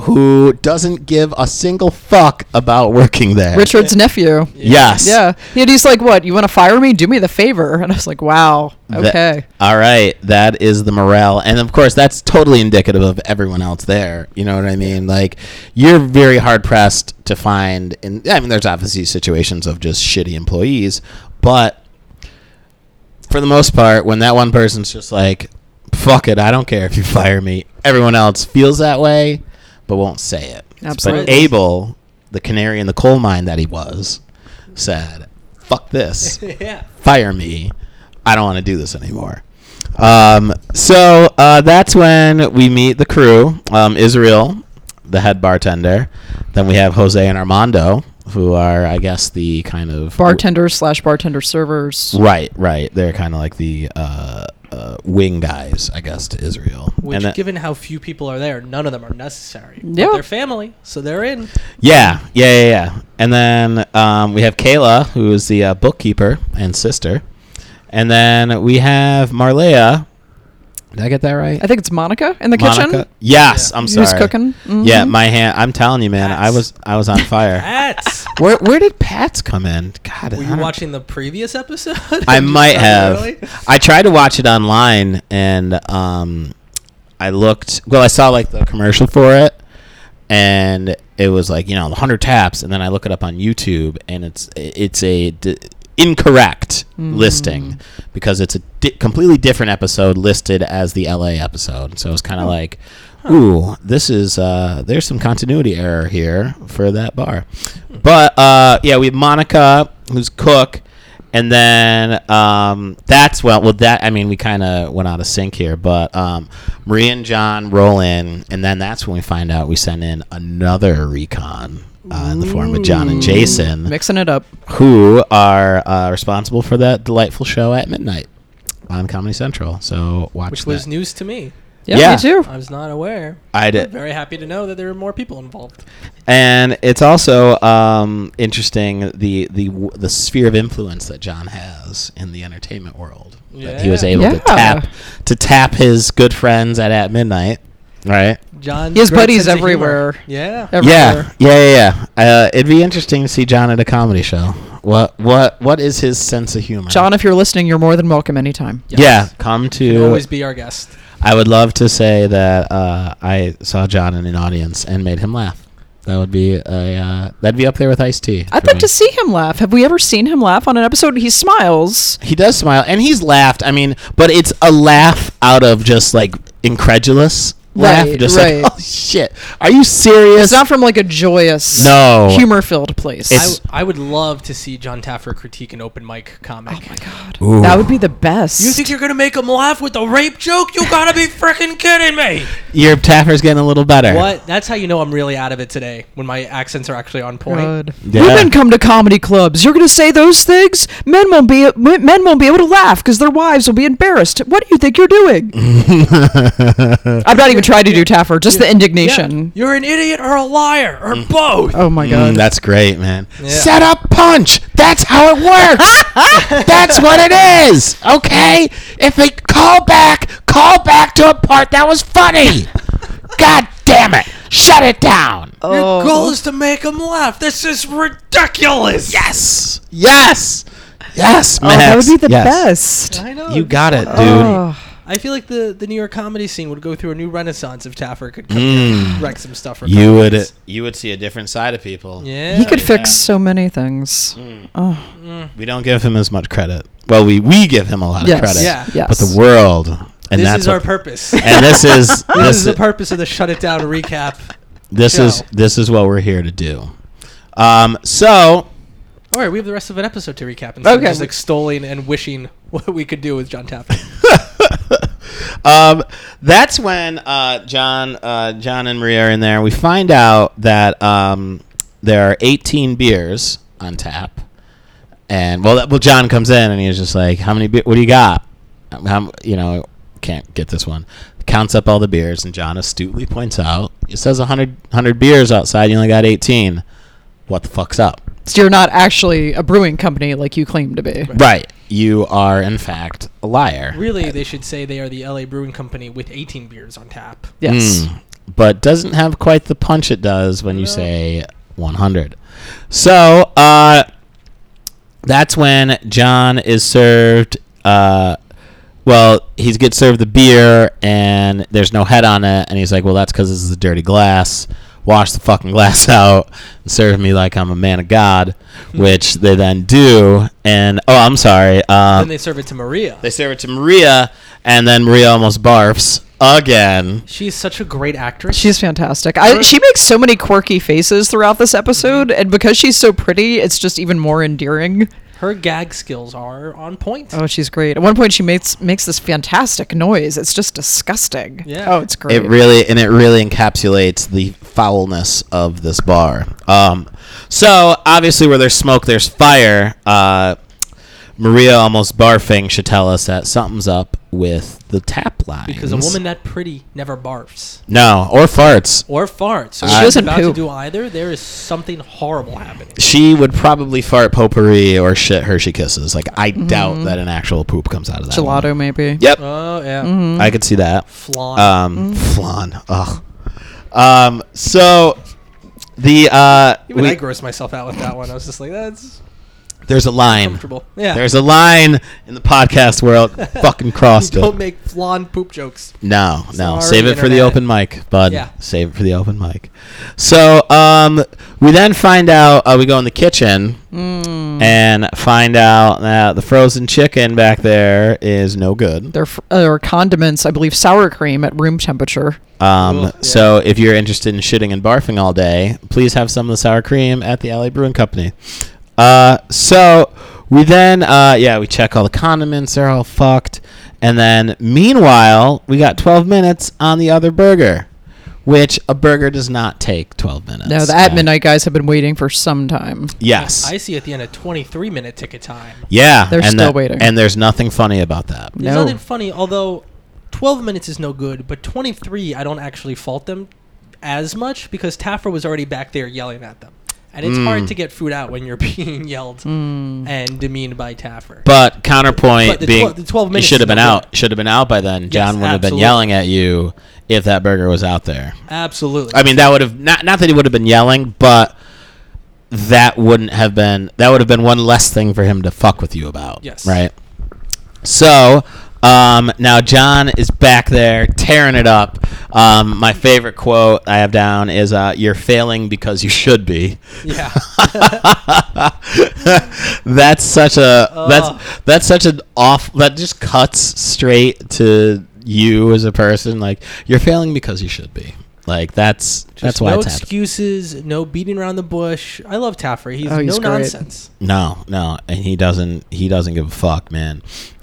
[SPEAKER 3] who doesn't give a single fuck about working there
[SPEAKER 2] Richard's nephew.
[SPEAKER 3] yes
[SPEAKER 2] Yeah. And he's like, What, you want to fire me? Do me the favor. And I was like, Wow.
[SPEAKER 3] That-
[SPEAKER 2] Okay.
[SPEAKER 3] all right. That is the morale. And of course, that's totally indicative of everyone else there. You know what I mean? Like, you're very hard pressed to find. And I mean, there's obviously situations of just shitty employees, but for the most part, when that one person's just like, "Fuck it, I don't care if you fire me," everyone else feels that way, but won't say it. But
[SPEAKER 2] Absolutely.
[SPEAKER 3] Abel, the canary in the coal mine that he was, said, "Fuck this."
[SPEAKER 4] yeah.
[SPEAKER 3] fire me. I don't want to do this anymore. Um, so uh, that's when we meet the crew. Um, Israel, the head bartender. Then we have Jose and Armando, who are, I guess, the kind of
[SPEAKER 2] bartenders slash bartender servers.
[SPEAKER 3] Right, right. They're kind of like the uh, uh, wing guys, I guess, to Israel.
[SPEAKER 4] Which,
[SPEAKER 3] And that-
[SPEAKER 4] given how few people are there, none of them are necessary. But
[SPEAKER 2] Yeah.
[SPEAKER 4] They're family, so they're in.
[SPEAKER 3] Yeah, yeah, yeah, yeah. And then um, we have Kayla, who is the uh, bookkeeper and sister. And then we have Marlea. Did I get that right?
[SPEAKER 2] I think it's Monica in the kitchen.
[SPEAKER 3] Yes,
[SPEAKER 4] Yeah.
[SPEAKER 3] I'm sorry.
[SPEAKER 2] Who's cooking? Mhm.
[SPEAKER 3] Yeah, my hand. I'm telling you, man. I
[SPEAKER 4] Pats.
[SPEAKER 3] was I was on fire.
[SPEAKER 4] That's.
[SPEAKER 3] where where did Pats come in? God,
[SPEAKER 4] Were
[SPEAKER 3] I
[SPEAKER 4] you
[SPEAKER 3] don't-
[SPEAKER 4] watching the previous episode?
[SPEAKER 3] I might
[SPEAKER 4] Oh,
[SPEAKER 3] have.
[SPEAKER 4] really?
[SPEAKER 3] I tried to watch it online, and um, I looked. Well, I saw like the commercial for it, and it was like you know 100 taps, and then I look it up on YouTube, and it's it's a d- incorrect
[SPEAKER 4] Hmm.
[SPEAKER 3] listing because it's a di- completely different episode listed as the LA episode. So it's kind
[SPEAKER 4] Oh.
[SPEAKER 3] of like. Ooh, this is uh there's some continuity error here for that bar. But uh yeah, we have Monica who's cook and then um, that's well with that I mean we kind of went out of sync here, but um, Maria and John roll in, and then that's when we find out we sent in another recon uh, in the form of John and Jason,
[SPEAKER 2] Mixing it up.
[SPEAKER 3] who are uh, responsible for that delightful show at midnight on Comedy Central. So watch
[SPEAKER 4] Which
[SPEAKER 3] that.
[SPEAKER 4] was news to me.
[SPEAKER 2] Yeah,
[SPEAKER 3] Yeah.
[SPEAKER 2] me too.
[SPEAKER 4] I was not aware.
[SPEAKER 3] I did.
[SPEAKER 4] I'm very happy to know that there were more people involved.
[SPEAKER 3] and it's also um, interesting the the w- the sphere of influence that John has in the entertainment world. That he was
[SPEAKER 4] Yeah.
[SPEAKER 3] able to
[SPEAKER 2] Yeah.
[SPEAKER 3] tap to tap his good friends at at midnight, right?
[SPEAKER 4] John.
[SPEAKER 2] He has
[SPEAKER 4] great
[SPEAKER 2] buddies
[SPEAKER 4] sense of humor.
[SPEAKER 2] everywhere.
[SPEAKER 4] Yeah.
[SPEAKER 2] Everywhere.
[SPEAKER 3] Yeah, yeah, yeah. yeah. Uh, it'd be interesting to see John at a comedy show. What what what is his sense of humor?
[SPEAKER 2] John, if you're listening, you're more than welcome anytime.
[SPEAKER 3] Yeah, come
[SPEAKER 4] He'll
[SPEAKER 3] to.
[SPEAKER 4] always be our guest.
[SPEAKER 3] I would love to say that uh, I saw John in an audience and made him laugh. That would be a uh, that'd be up there with Ice T.
[SPEAKER 2] I'd like to see him laugh. Have we ever seen him laugh on an episode? He smiles.
[SPEAKER 3] He does smile, and he's laughed. I mean, but it's a laugh out of just like incredulous laugh,
[SPEAKER 2] Right,
[SPEAKER 3] just
[SPEAKER 2] right.
[SPEAKER 3] like oh shit, are you serious?
[SPEAKER 2] It's not from like a joyous,
[SPEAKER 3] No.
[SPEAKER 2] humor-filled place.
[SPEAKER 4] I,
[SPEAKER 3] It's-
[SPEAKER 4] I would love to see John Taffer critique an open mic comic.
[SPEAKER 2] oh my god,
[SPEAKER 3] Ooh.
[SPEAKER 2] that would be the best.
[SPEAKER 4] You think you're gonna make him laugh with a rape joke? You gotta be freaking kidding me!
[SPEAKER 3] Your Taffer's getting a little better.
[SPEAKER 4] What? That's how you know I'm really out of it today when my accents are actually on point.
[SPEAKER 2] Good.
[SPEAKER 3] Yeah.
[SPEAKER 2] Women come to comedy clubs. You're going to say those things. Men won't be men won't be able to laugh because their wives will be embarrassed. What do you think you're doing? I've not even tried to do Taffer. Just the indignation.
[SPEAKER 4] You're an idiot or a liar or both.
[SPEAKER 2] Oh my
[SPEAKER 3] Mm,
[SPEAKER 2] god.
[SPEAKER 3] that's great, man.
[SPEAKER 4] Yeah.
[SPEAKER 3] Set up punch. That's how it works. that's what it is. Okay. If they call back, call back to a part that was funny. God damn it. Shut it down.
[SPEAKER 2] Oh.
[SPEAKER 4] Your goal is to make him laugh. This is ridiculous.
[SPEAKER 3] Yes. Yes. Yes,
[SPEAKER 2] Oh,
[SPEAKER 3] Max.
[SPEAKER 2] that would be the
[SPEAKER 3] Yes.
[SPEAKER 2] best.
[SPEAKER 4] I know.
[SPEAKER 3] You got it, dude.
[SPEAKER 2] Oh.
[SPEAKER 4] I feel like the, the New York comedy scene would go through a new renaissance if Taffer could come here and wreck some stuff. For
[SPEAKER 3] You would
[SPEAKER 4] comedians.
[SPEAKER 3] you would see a different side of people.
[SPEAKER 4] Yeah.
[SPEAKER 2] He could fix so many things.
[SPEAKER 3] Mm.
[SPEAKER 2] Oh,
[SPEAKER 3] We don't give him as much credit. Well, we we give him a lot
[SPEAKER 2] yes.
[SPEAKER 3] of credit.
[SPEAKER 4] Yeah.
[SPEAKER 2] Yes.
[SPEAKER 3] But the world and
[SPEAKER 4] this
[SPEAKER 3] that's
[SPEAKER 4] is our
[SPEAKER 3] what-
[SPEAKER 4] purpose.
[SPEAKER 3] and this is this,
[SPEAKER 4] this is the
[SPEAKER 3] i-
[SPEAKER 4] purpose of the shut it down recap.
[SPEAKER 3] this
[SPEAKER 4] show.
[SPEAKER 3] is this is what we're here to do. Um, so
[SPEAKER 4] All right, we have the rest of an episode to recap instead
[SPEAKER 2] Okay.
[SPEAKER 4] of just extolling and wishing what we could do with John Taffer.
[SPEAKER 3] um, that's when uh, John uh, John and Maria are in there. We find out that um, there are 18 beers on tap, and well, that, well, John comes in and he's just like, "How many? Be- what do you got? Um, How, m- you know, can't get this one." Counts up all the beers, and John astutely points out, "It says 100, 100 beers outside. You only got 18. What the fuck's up?"
[SPEAKER 2] so you're not actually a brewing company like you claim to be.
[SPEAKER 3] Right. You are in fact a liar.
[SPEAKER 4] Really, they should say they are the LA Brewing Company with 18 beers on tap.
[SPEAKER 2] Yes.
[SPEAKER 3] Mm. but doesn't have quite the punch it does when you say 100. So uh, that's when John is served. Uh, well, he gets served the beer and there's no head on it, and he's like, "Well, that's because this is a dirty glass." wash the fucking glass out and serve me like I'm a man of God, which they then do. And oh, I'm sorry. Um,
[SPEAKER 4] Then they serve it to Maria.
[SPEAKER 3] they serve it to Maria, and then Maria almost barfs again.
[SPEAKER 4] She's such a great actress.
[SPEAKER 2] She's fantastic. I, she makes so many quirky faces throughout this episode, and because she's so pretty, it's just even more endearing.
[SPEAKER 4] Her gag skills are on point.
[SPEAKER 2] Oh, she's great. At one point, she makes makes this fantastic noise. It's just disgusting.
[SPEAKER 4] Yeah.
[SPEAKER 2] Oh, it's great.
[SPEAKER 3] It really and it really encapsulates the foulness of this bar. Um, so obviously, where there's smoke, there's fire. Uh, Maria almost barfing should tell us that something's up with the tap line
[SPEAKER 4] Because a woman that pretty never barfs
[SPEAKER 3] no, or farts.
[SPEAKER 4] or farts. So
[SPEAKER 3] She
[SPEAKER 4] if she's
[SPEAKER 2] doesn't
[SPEAKER 4] about
[SPEAKER 2] poop.
[SPEAKER 4] to do either. There is something horrible happening.
[SPEAKER 3] She would probably fart potpourri or shit Hershey kisses. Like I
[SPEAKER 4] Mm-hmm.
[SPEAKER 3] doubt that an actual poop comes out of that. woman.
[SPEAKER 2] Gelato, maybe.
[SPEAKER 3] Yep,
[SPEAKER 4] Oh yeah,
[SPEAKER 3] I could see that.
[SPEAKER 4] flan.
[SPEAKER 3] Um, flan. Ugh. Um, so the uh,
[SPEAKER 4] Even
[SPEAKER 3] we-
[SPEAKER 4] I grossed myself out with that one. I was just like, that's
[SPEAKER 3] there's a line.
[SPEAKER 4] comfortable. Yeah.
[SPEAKER 3] There's a line in the podcast world. fucking crossed it.
[SPEAKER 4] Don't make flan poop jokes.
[SPEAKER 3] no, no.
[SPEAKER 4] Sorry,
[SPEAKER 3] Save it for the
[SPEAKER 4] internet.
[SPEAKER 3] open mic, bud.
[SPEAKER 4] Yeah.
[SPEAKER 3] Save it for the open mic. So um, we then find out uh, we go in the kitchen
[SPEAKER 4] Mm.
[SPEAKER 3] and find out that the frozen chicken back there is no good.
[SPEAKER 2] They're f- or condiments, I believe, sour cream at room temperature.
[SPEAKER 3] Um,
[SPEAKER 4] Ugh, yeah.
[SPEAKER 3] So if you're interested in shitting and barfing all day, please have some of the sour cream at the Alley Brewing Company. Uh, so we then, uh, yeah, we check all the condiments; they're all fucked. And then, meanwhile, we got 12 minutes on the other burger, which a burger does not take 12 minutes.
[SPEAKER 2] No, the at
[SPEAKER 3] Uh,
[SPEAKER 2] midnight guys have been waiting for some time.
[SPEAKER 3] Yes.
[SPEAKER 4] I see at the end a 23 minute ticket time.
[SPEAKER 3] yeah.
[SPEAKER 2] They're
[SPEAKER 3] and
[SPEAKER 2] still
[SPEAKER 3] that-
[SPEAKER 2] waiting.
[SPEAKER 3] And there's nothing funny about that.
[SPEAKER 4] There's
[SPEAKER 2] No.
[SPEAKER 4] nothing funny, although 12 minutes is no good, but 23, I don't actually fault them as much because Taffer was already back there yelling at them. And it's
[SPEAKER 3] Mm.
[SPEAKER 4] hard to get food out when you're being yelled and demeaned by Taffer.
[SPEAKER 3] But counterpoint
[SPEAKER 4] But the
[SPEAKER 3] being,
[SPEAKER 4] twel- the 12
[SPEAKER 3] you
[SPEAKER 4] minutes
[SPEAKER 3] should
[SPEAKER 4] is
[SPEAKER 3] have been
[SPEAKER 4] not
[SPEAKER 3] out. Should have been out by then. John would have been
[SPEAKER 4] absolutely.
[SPEAKER 3] yelling at you if that burger was out there.
[SPEAKER 4] Absolutely.
[SPEAKER 3] I mean, that would have not not that he would have been yelling, but that wouldn't have been that would have been one less thing for him to fuck with you about.
[SPEAKER 4] Yes.
[SPEAKER 3] Right. So um, now John is back there tearing it up. Um, my favorite quote I have down is uh, "You're failing because you should be."
[SPEAKER 4] yeah.
[SPEAKER 3] that's such a
[SPEAKER 4] Ugh.
[SPEAKER 3] that's that's such an off that just cuts straight to you as a person. Like you're failing because you should be. Like that's that's
[SPEAKER 4] Just
[SPEAKER 3] why
[SPEAKER 4] no
[SPEAKER 3] it's happening.
[SPEAKER 4] excuses, no beating around the bush. I love Taffer. He's,
[SPEAKER 2] Oh, he's
[SPEAKER 4] no
[SPEAKER 2] great.
[SPEAKER 4] nonsense.
[SPEAKER 3] No, no, and he doesn't. He doesn't give a fuck, man.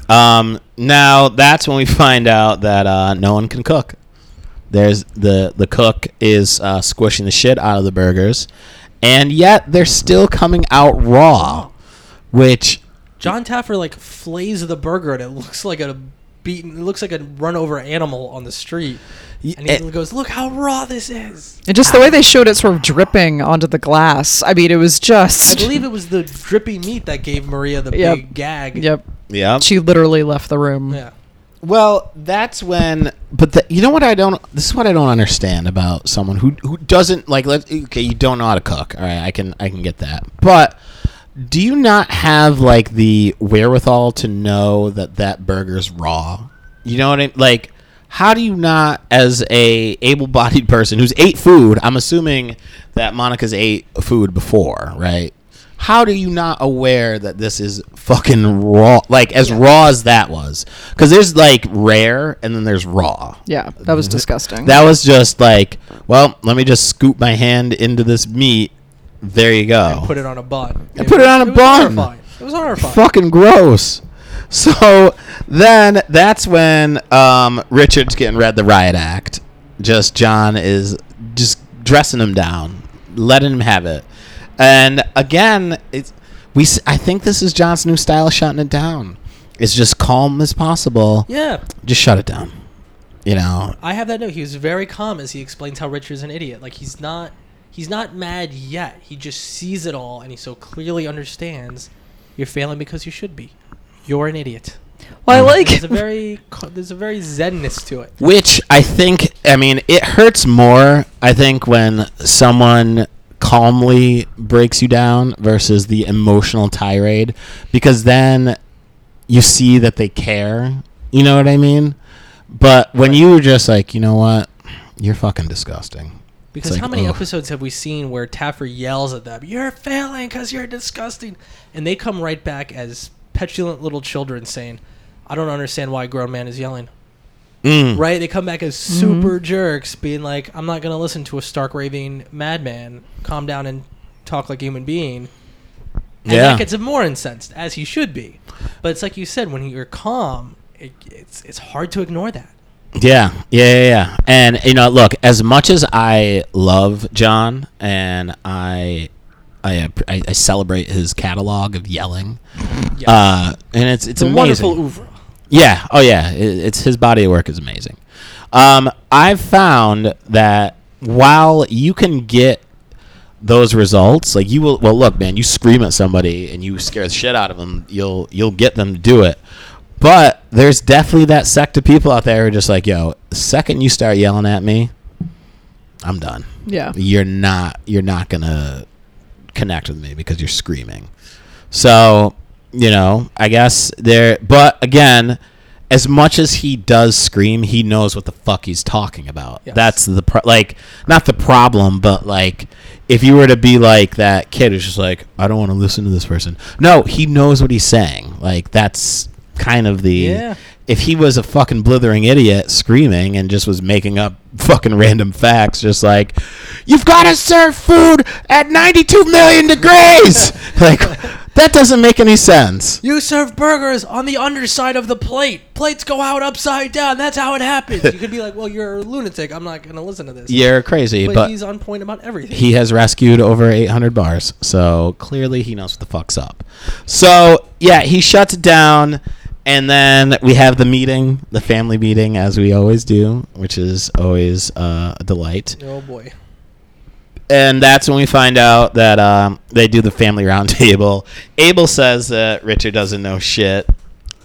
[SPEAKER 3] Um, now that's when we find out that uh, no one can cook. There's the the cook is uh, squishing the shit out of the burgers, and yet they're still coming out raw, which
[SPEAKER 4] John Taffer like flays the burger and it looks like a beaten it looks like a run over animal on the street. And he
[SPEAKER 3] it-
[SPEAKER 4] goes, "Look how raw this is."
[SPEAKER 2] And just the way they showed it sort of dripping onto the glass. I mean, it was
[SPEAKER 4] I
[SPEAKER 2] just.
[SPEAKER 4] believe it was the drippy meat that gave Maria the
[SPEAKER 2] Yep.
[SPEAKER 4] big gag.
[SPEAKER 2] Yep.
[SPEAKER 3] yeah.
[SPEAKER 2] She literally left the room.
[SPEAKER 4] Yeah.
[SPEAKER 3] Well, that's when. But the, you know what I don't. This is what I don't understand about someone who who doesn't like. Let okay, you don't know how to cook. All right, I can I can get that. But do you not have like the wherewithal to know that that burger's raw? You know what I like. How do you not, as a able-bodied person who's ate food? I'm assuming that Monica's ate food before, right? How do you not aware that this is fucking raw? Like as raw as that was, because there's like rare and then there's raw.
[SPEAKER 2] Yeah, that was disgusting.
[SPEAKER 3] Mhm. That was just like, well, let me just scoop my hand into this meat. There you go.
[SPEAKER 4] Put it on a bun.
[SPEAKER 3] I put it on a
[SPEAKER 4] was
[SPEAKER 3] bun.
[SPEAKER 4] Horrifying. It was horrifying.
[SPEAKER 3] fucking gross. So then that's when um, Richard's getting read the riot act. Just John is just dressing him down, letting him have it. And again, it's we. s- I think this is John's new style, of shutting it down. It's just calm as possible.
[SPEAKER 4] Yeah.
[SPEAKER 3] Just shut it down. You know.
[SPEAKER 4] I have that note. He was very calm as he explains how Richard's an idiot. Like he's not he's not mad yet. He just sees it all and he so clearly understands you're failing because you should be. You're an idiot.
[SPEAKER 2] well, I like.
[SPEAKER 4] There's a very co- there's a very zenness to it.
[SPEAKER 3] Which I think, I mean, it hurts more, I think, when someone calmly breaks you down versus the emotional tirade, because then you see that they care. You know what I mean? But when you were just like, you know what? You're fucking disgusting.
[SPEAKER 4] Because
[SPEAKER 3] like, oh.
[SPEAKER 4] how many
[SPEAKER 3] ugh.
[SPEAKER 4] episodes have we seen where Taffer yells at them, "You're failing because you're disgusting," and they come right back as petulant little children saying, "I don't understand why a grown man is yelling."
[SPEAKER 3] Mm.
[SPEAKER 4] Right? They come back as super jerks, being like, "I'm not going to listen to a stark raving madman. Calm down and talk like a human being." And
[SPEAKER 3] Yeah.
[SPEAKER 4] that gets him more incensed, as he should be. But it's like you said, when you're calm, it, it's it's hard to ignore that.
[SPEAKER 3] Yeah, yeah, yeah, yeah. And you know, look, as much as I love John and I, I, app- I, I celebrate his catalog of yelling,
[SPEAKER 4] Yes.
[SPEAKER 3] uh, and it's
[SPEAKER 4] it's
[SPEAKER 3] it's
[SPEAKER 4] a
[SPEAKER 3] amazing.
[SPEAKER 4] wonderful oeuvre.
[SPEAKER 3] Yeah. Oh, yeah. I it's his body of work is amazing. Um, I've found that while you can get those results, like you will. Well, look, man, you scream at somebody and you scare the shit out of them. You'll you'll get them to do it. But there's definitely that sect of people out there who are just like, yo, the second you start yelling at me, I'm done.
[SPEAKER 2] Yeah.
[SPEAKER 3] You're not. You're not gonna connect with me because you're screaming. So, you know, I guess there. But again, as much as he does scream, he knows what the fuck he's talking about.
[SPEAKER 4] Yes.
[SPEAKER 3] That's the pro- like not the problem, but like if you were to be like that kid who's just like, I don't want to listen to this person. No, he knows what he's saying. Like that's kind of the
[SPEAKER 4] Yeah.
[SPEAKER 3] if he was a fucking blithering idiot screaming and just was making up fucking random facts, just like, you've got to serve food at 92 million degrees! like, that doesn't make any sense.
[SPEAKER 4] You serve burgers on the underside of the plate. Plates go out upside down. That's how it happens. You could be like, "Well, you're a lunatic. I'm not going to listen to this."
[SPEAKER 3] You're crazy,
[SPEAKER 4] but,
[SPEAKER 3] but
[SPEAKER 4] he's on point about everything.
[SPEAKER 3] he has rescued over 800 bars, so clearly he knows what the fuck's up. So, yeah, he shuts it down, and then we have the meeting, the family meeting, as we always do, which is always uh, a delight.
[SPEAKER 4] oh boy.
[SPEAKER 3] and that's when we find out that um, they do the family roundtable. Abel says that Richard doesn't know shit,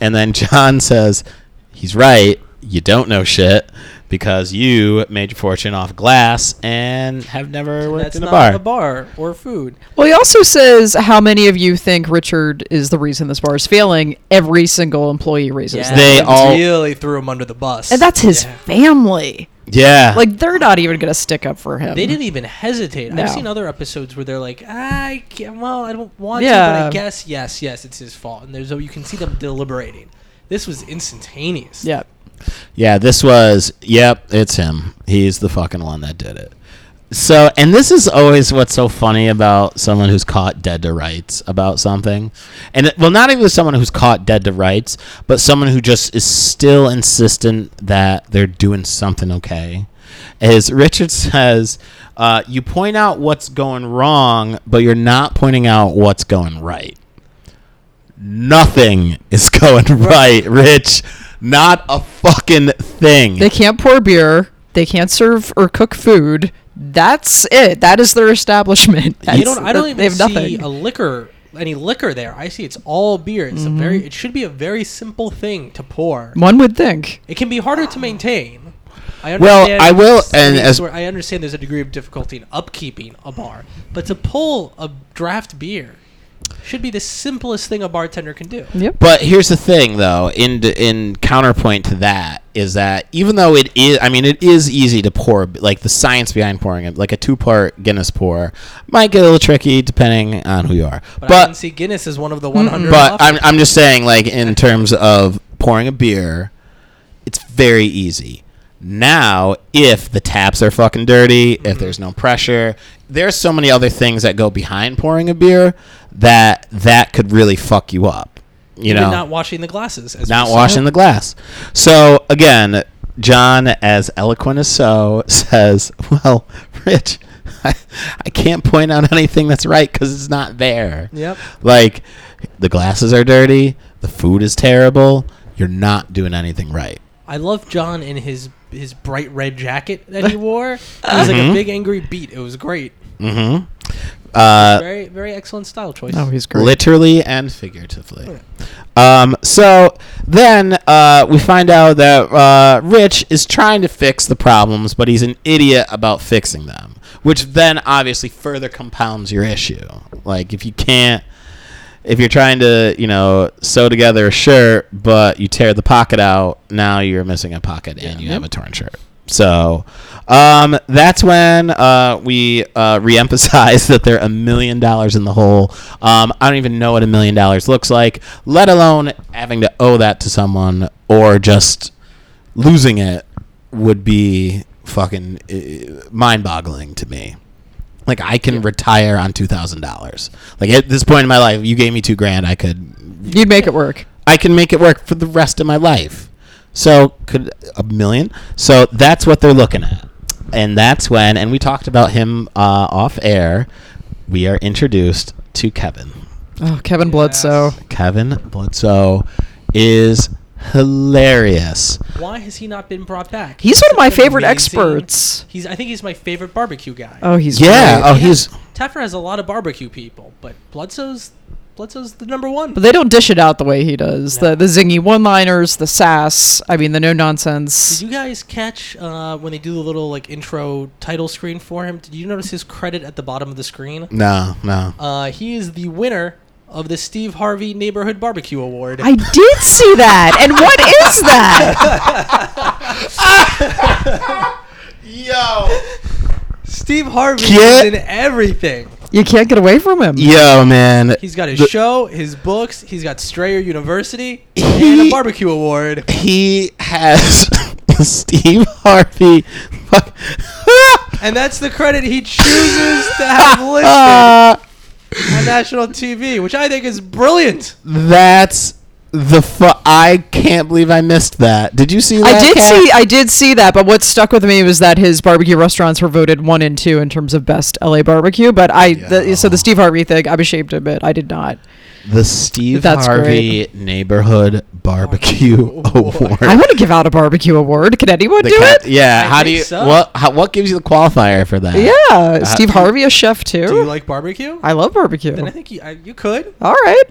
[SPEAKER 3] and then John says he's right. You don't know shit because you made your fortune off glass and have never worked
[SPEAKER 4] That's
[SPEAKER 3] in a
[SPEAKER 4] not
[SPEAKER 3] bar.
[SPEAKER 4] a bar or food.
[SPEAKER 2] Well, he also says how many of you think Richard is the reason this bar is failing. Every single employee raises that.
[SPEAKER 3] They all-
[SPEAKER 4] really threw him under the bus.
[SPEAKER 2] And that's his
[SPEAKER 4] Yeah.
[SPEAKER 2] family.
[SPEAKER 3] Yeah,
[SPEAKER 2] Like they're not even gonna stick up for him.
[SPEAKER 4] They didn't even hesitate.
[SPEAKER 2] No.
[SPEAKER 4] I've seen other episodes where they're like, "I can well, I don't want to, but
[SPEAKER 2] Yeah.
[SPEAKER 4] I guess yes, yes, it's his fault." And there's you can see them deliberating. This was instantaneous.
[SPEAKER 2] Yeah.
[SPEAKER 3] yeah. This was yep. It's him. He's the fucking one that did it. So, and this is always what's so funny about someone who's caught dead to rights about something. And, it, well, not even someone who's caught dead to rights, but someone who just is still insistent that they're doing something okay. As Richard says, uh, you point out what's going wrong, but you're not pointing out what's going right. Nothing is going right, Rich. Not a fucking thing.
[SPEAKER 2] They can't pour beer. They can't serve or cook food. That's it. That is their establishment.
[SPEAKER 4] You
[SPEAKER 2] That's-
[SPEAKER 4] don't. I don't even
[SPEAKER 2] they have
[SPEAKER 4] see
[SPEAKER 2] nothing.
[SPEAKER 4] a liquor, any liquor there. I see it's all beer. It's
[SPEAKER 3] Mm-hmm.
[SPEAKER 4] a very. It should be a very simple thing to pour.
[SPEAKER 2] One would think.
[SPEAKER 4] It can be harder to maintain. I
[SPEAKER 3] Well,
[SPEAKER 4] understand
[SPEAKER 3] I will-
[SPEAKER 4] streets
[SPEAKER 3] and as-
[SPEAKER 4] where I understand there's a degree of difficulty in upkeeping a bar, but to pull a draft beer should be the simplest thing a bartender can do.
[SPEAKER 2] Yep.
[SPEAKER 3] But here's the thing, though. In in counterpoint to that is that even though it is, I mean, it is easy to pour. Like the science behind pouring it, like a two part Guinness pour, might get a little tricky depending on who you are.
[SPEAKER 4] But, I
[SPEAKER 3] But
[SPEAKER 4] can see Guinness as one of the 100.
[SPEAKER 3] but
[SPEAKER 4] options.
[SPEAKER 3] I'm I'm just saying, like in terms of pouring a beer, it's very easy. Now, if the taps are fucking dirty,
[SPEAKER 4] Mm-hmm.
[SPEAKER 3] if there's no pressure, there's so many other things that go behind pouring a beer that that could really fuck you up. You
[SPEAKER 4] Even
[SPEAKER 3] know,
[SPEAKER 4] not washing the glasses. As
[SPEAKER 3] not
[SPEAKER 4] we said.
[SPEAKER 3] washing the glass. So again, John, as eloquent as so, says, "Well, Rich, I, I can't point out anything that's right because it's not there.
[SPEAKER 4] Yep.
[SPEAKER 3] Like the glasses are dirty, the food is terrible. You're not doing anything right.
[SPEAKER 4] I love John in his his bright red jacket that he wore. It was like a big angry beat. It was great.
[SPEAKER 3] Mm-hmm. Uh,
[SPEAKER 4] Very very excellent style choice.
[SPEAKER 2] Oh, he's great.
[SPEAKER 3] literally and figuratively. Um, so then uh, we find out that uh, Rich is trying to fix the problems, but he's an idiot about fixing them, which then obviously further compounds your issue. Like if you can't, if you're trying to, you know, sew together a shirt, but you tear the pocket out, now you're missing a pocket and you have a torn shirt. So um, that's when uh, we uh, reemphasize that they're a million dollars in the hole. Um, I don't even know what a million dollars looks like, let alone having to owe that to someone or just losing it would be fucking uh, mind-boggling to me. Like I can retire on two thousand dollars. Like at this point in my life, you gave me two grand, I could
[SPEAKER 2] You'd make it work.
[SPEAKER 3] I can make it work for the rest of my life. So could a million? So that's what they're looking at, and that's when. And we talked about him uh, off air. We are introduced to Kevin.
[SPEAKER 2] Oh, Kevin Bledsoe.
[SPEAKER 3] Kevin Bledsoe is hilarious.
[SPEAKER 4] Why has he not been brought back?
[SPEAKER 2] He's one of my
[SPEAKER 4] such an
[SPEAKER 2] favorite
[SPEAKER 4] amazing-
[SPEAKER 2] experts.
[SPEAKER 4] He's I think he's my favorite barbecue guy.
[SPEAKER 2] Oh, he's
[SPEAKER 3] yeah.
[SPEAKER 2] great.
[SPEAKER 3] Oh, he's
[SPEAKER 4] Taffer has a lot of barbecue people, but Bledsoe's Bledsoe's the number one.
[SPEAKER 2] But they don't dish it out the way he does. The the zingy one liners, the sass. I mean, the no
[SPEAKER 4] Did
[SPEAKER 2] nonsense.
[SPEAKER 4] you guys catch uh, when they do the little like intro title screen for him? Did you notice his credit at the bottom of the screen?
[SPEAKER 3] no, no.
[SPEAKER 4] Uh, he is the winner of the Steve Harvey Neighborhood Barbecue Award.
[SPEAKER 2] I did see that. And what is that?
[SPEAKER 3] Yo.
[SPEAKER 4] Steve Harvey
[SPEAKER 3] Get-
[SPEAKER 4] is in everything.
[SPEAKER 2] You can't get away from him.
[SPEAKER 3] Yo, man.
[SPEAKER 4] He's got his
[SPEAKER 3] The-
[SPEAKER 4] show, his books. He's got Strayer University and
[SPEAKER 3] He-
[SPEAKER 4] a barbecue award.
[SPEAKER 3] He has Steve Harvey. Fuck.
[SPEAKER 4] And that's the credit he chooses to have listed
[SPEAKER 3] Ah.
[SPEAKER 4] on national TV, which I think is brilliant.
[SPEAKER 3] That's the fu- I can't believe I missed that. Did you see that?
[SPEAKER 2] I did
[SPEAKER 3] Kat?
[SPEAKER 2] see I did see that, but what stuck with me was that his barbecue restaurants were voted one and two in terms of best LA barbecue. But I the, so the Steve Harvey thing, I was ashamed of it. I did not.
[SPEAKER 3] the Steve
[SPEAKER 2] That's
[SPEAKER 3] Harvey Neighborhood Barbecue Award.
[SPEAKER 2] I want to give out a barbecue award. Can anyone
[SPEAKER 3] The
[SPEAKER 2] do
[SPEAKER 3] cat-
[SPEAKER 2] it?
[SPEAKER 3] Yeah.
[SPEAKER 4] I
[SPEAKER 3] how do
[SPEAKER 4] think
[SPEAKER 3] you?
[SPEAKER 4] so.
[SPEAKER 3] What? How, what gives you the qualifier for that?
[SPEAKER 2] Yeah, Steve Harvey, a chef too.
[SPEAKER 4] Uh, Do you like barbecue?
[SPEAKER 2] I love barbecue.
[SPEAKER 4] then I think you, I, you could.
[SPEAKER 2] All right,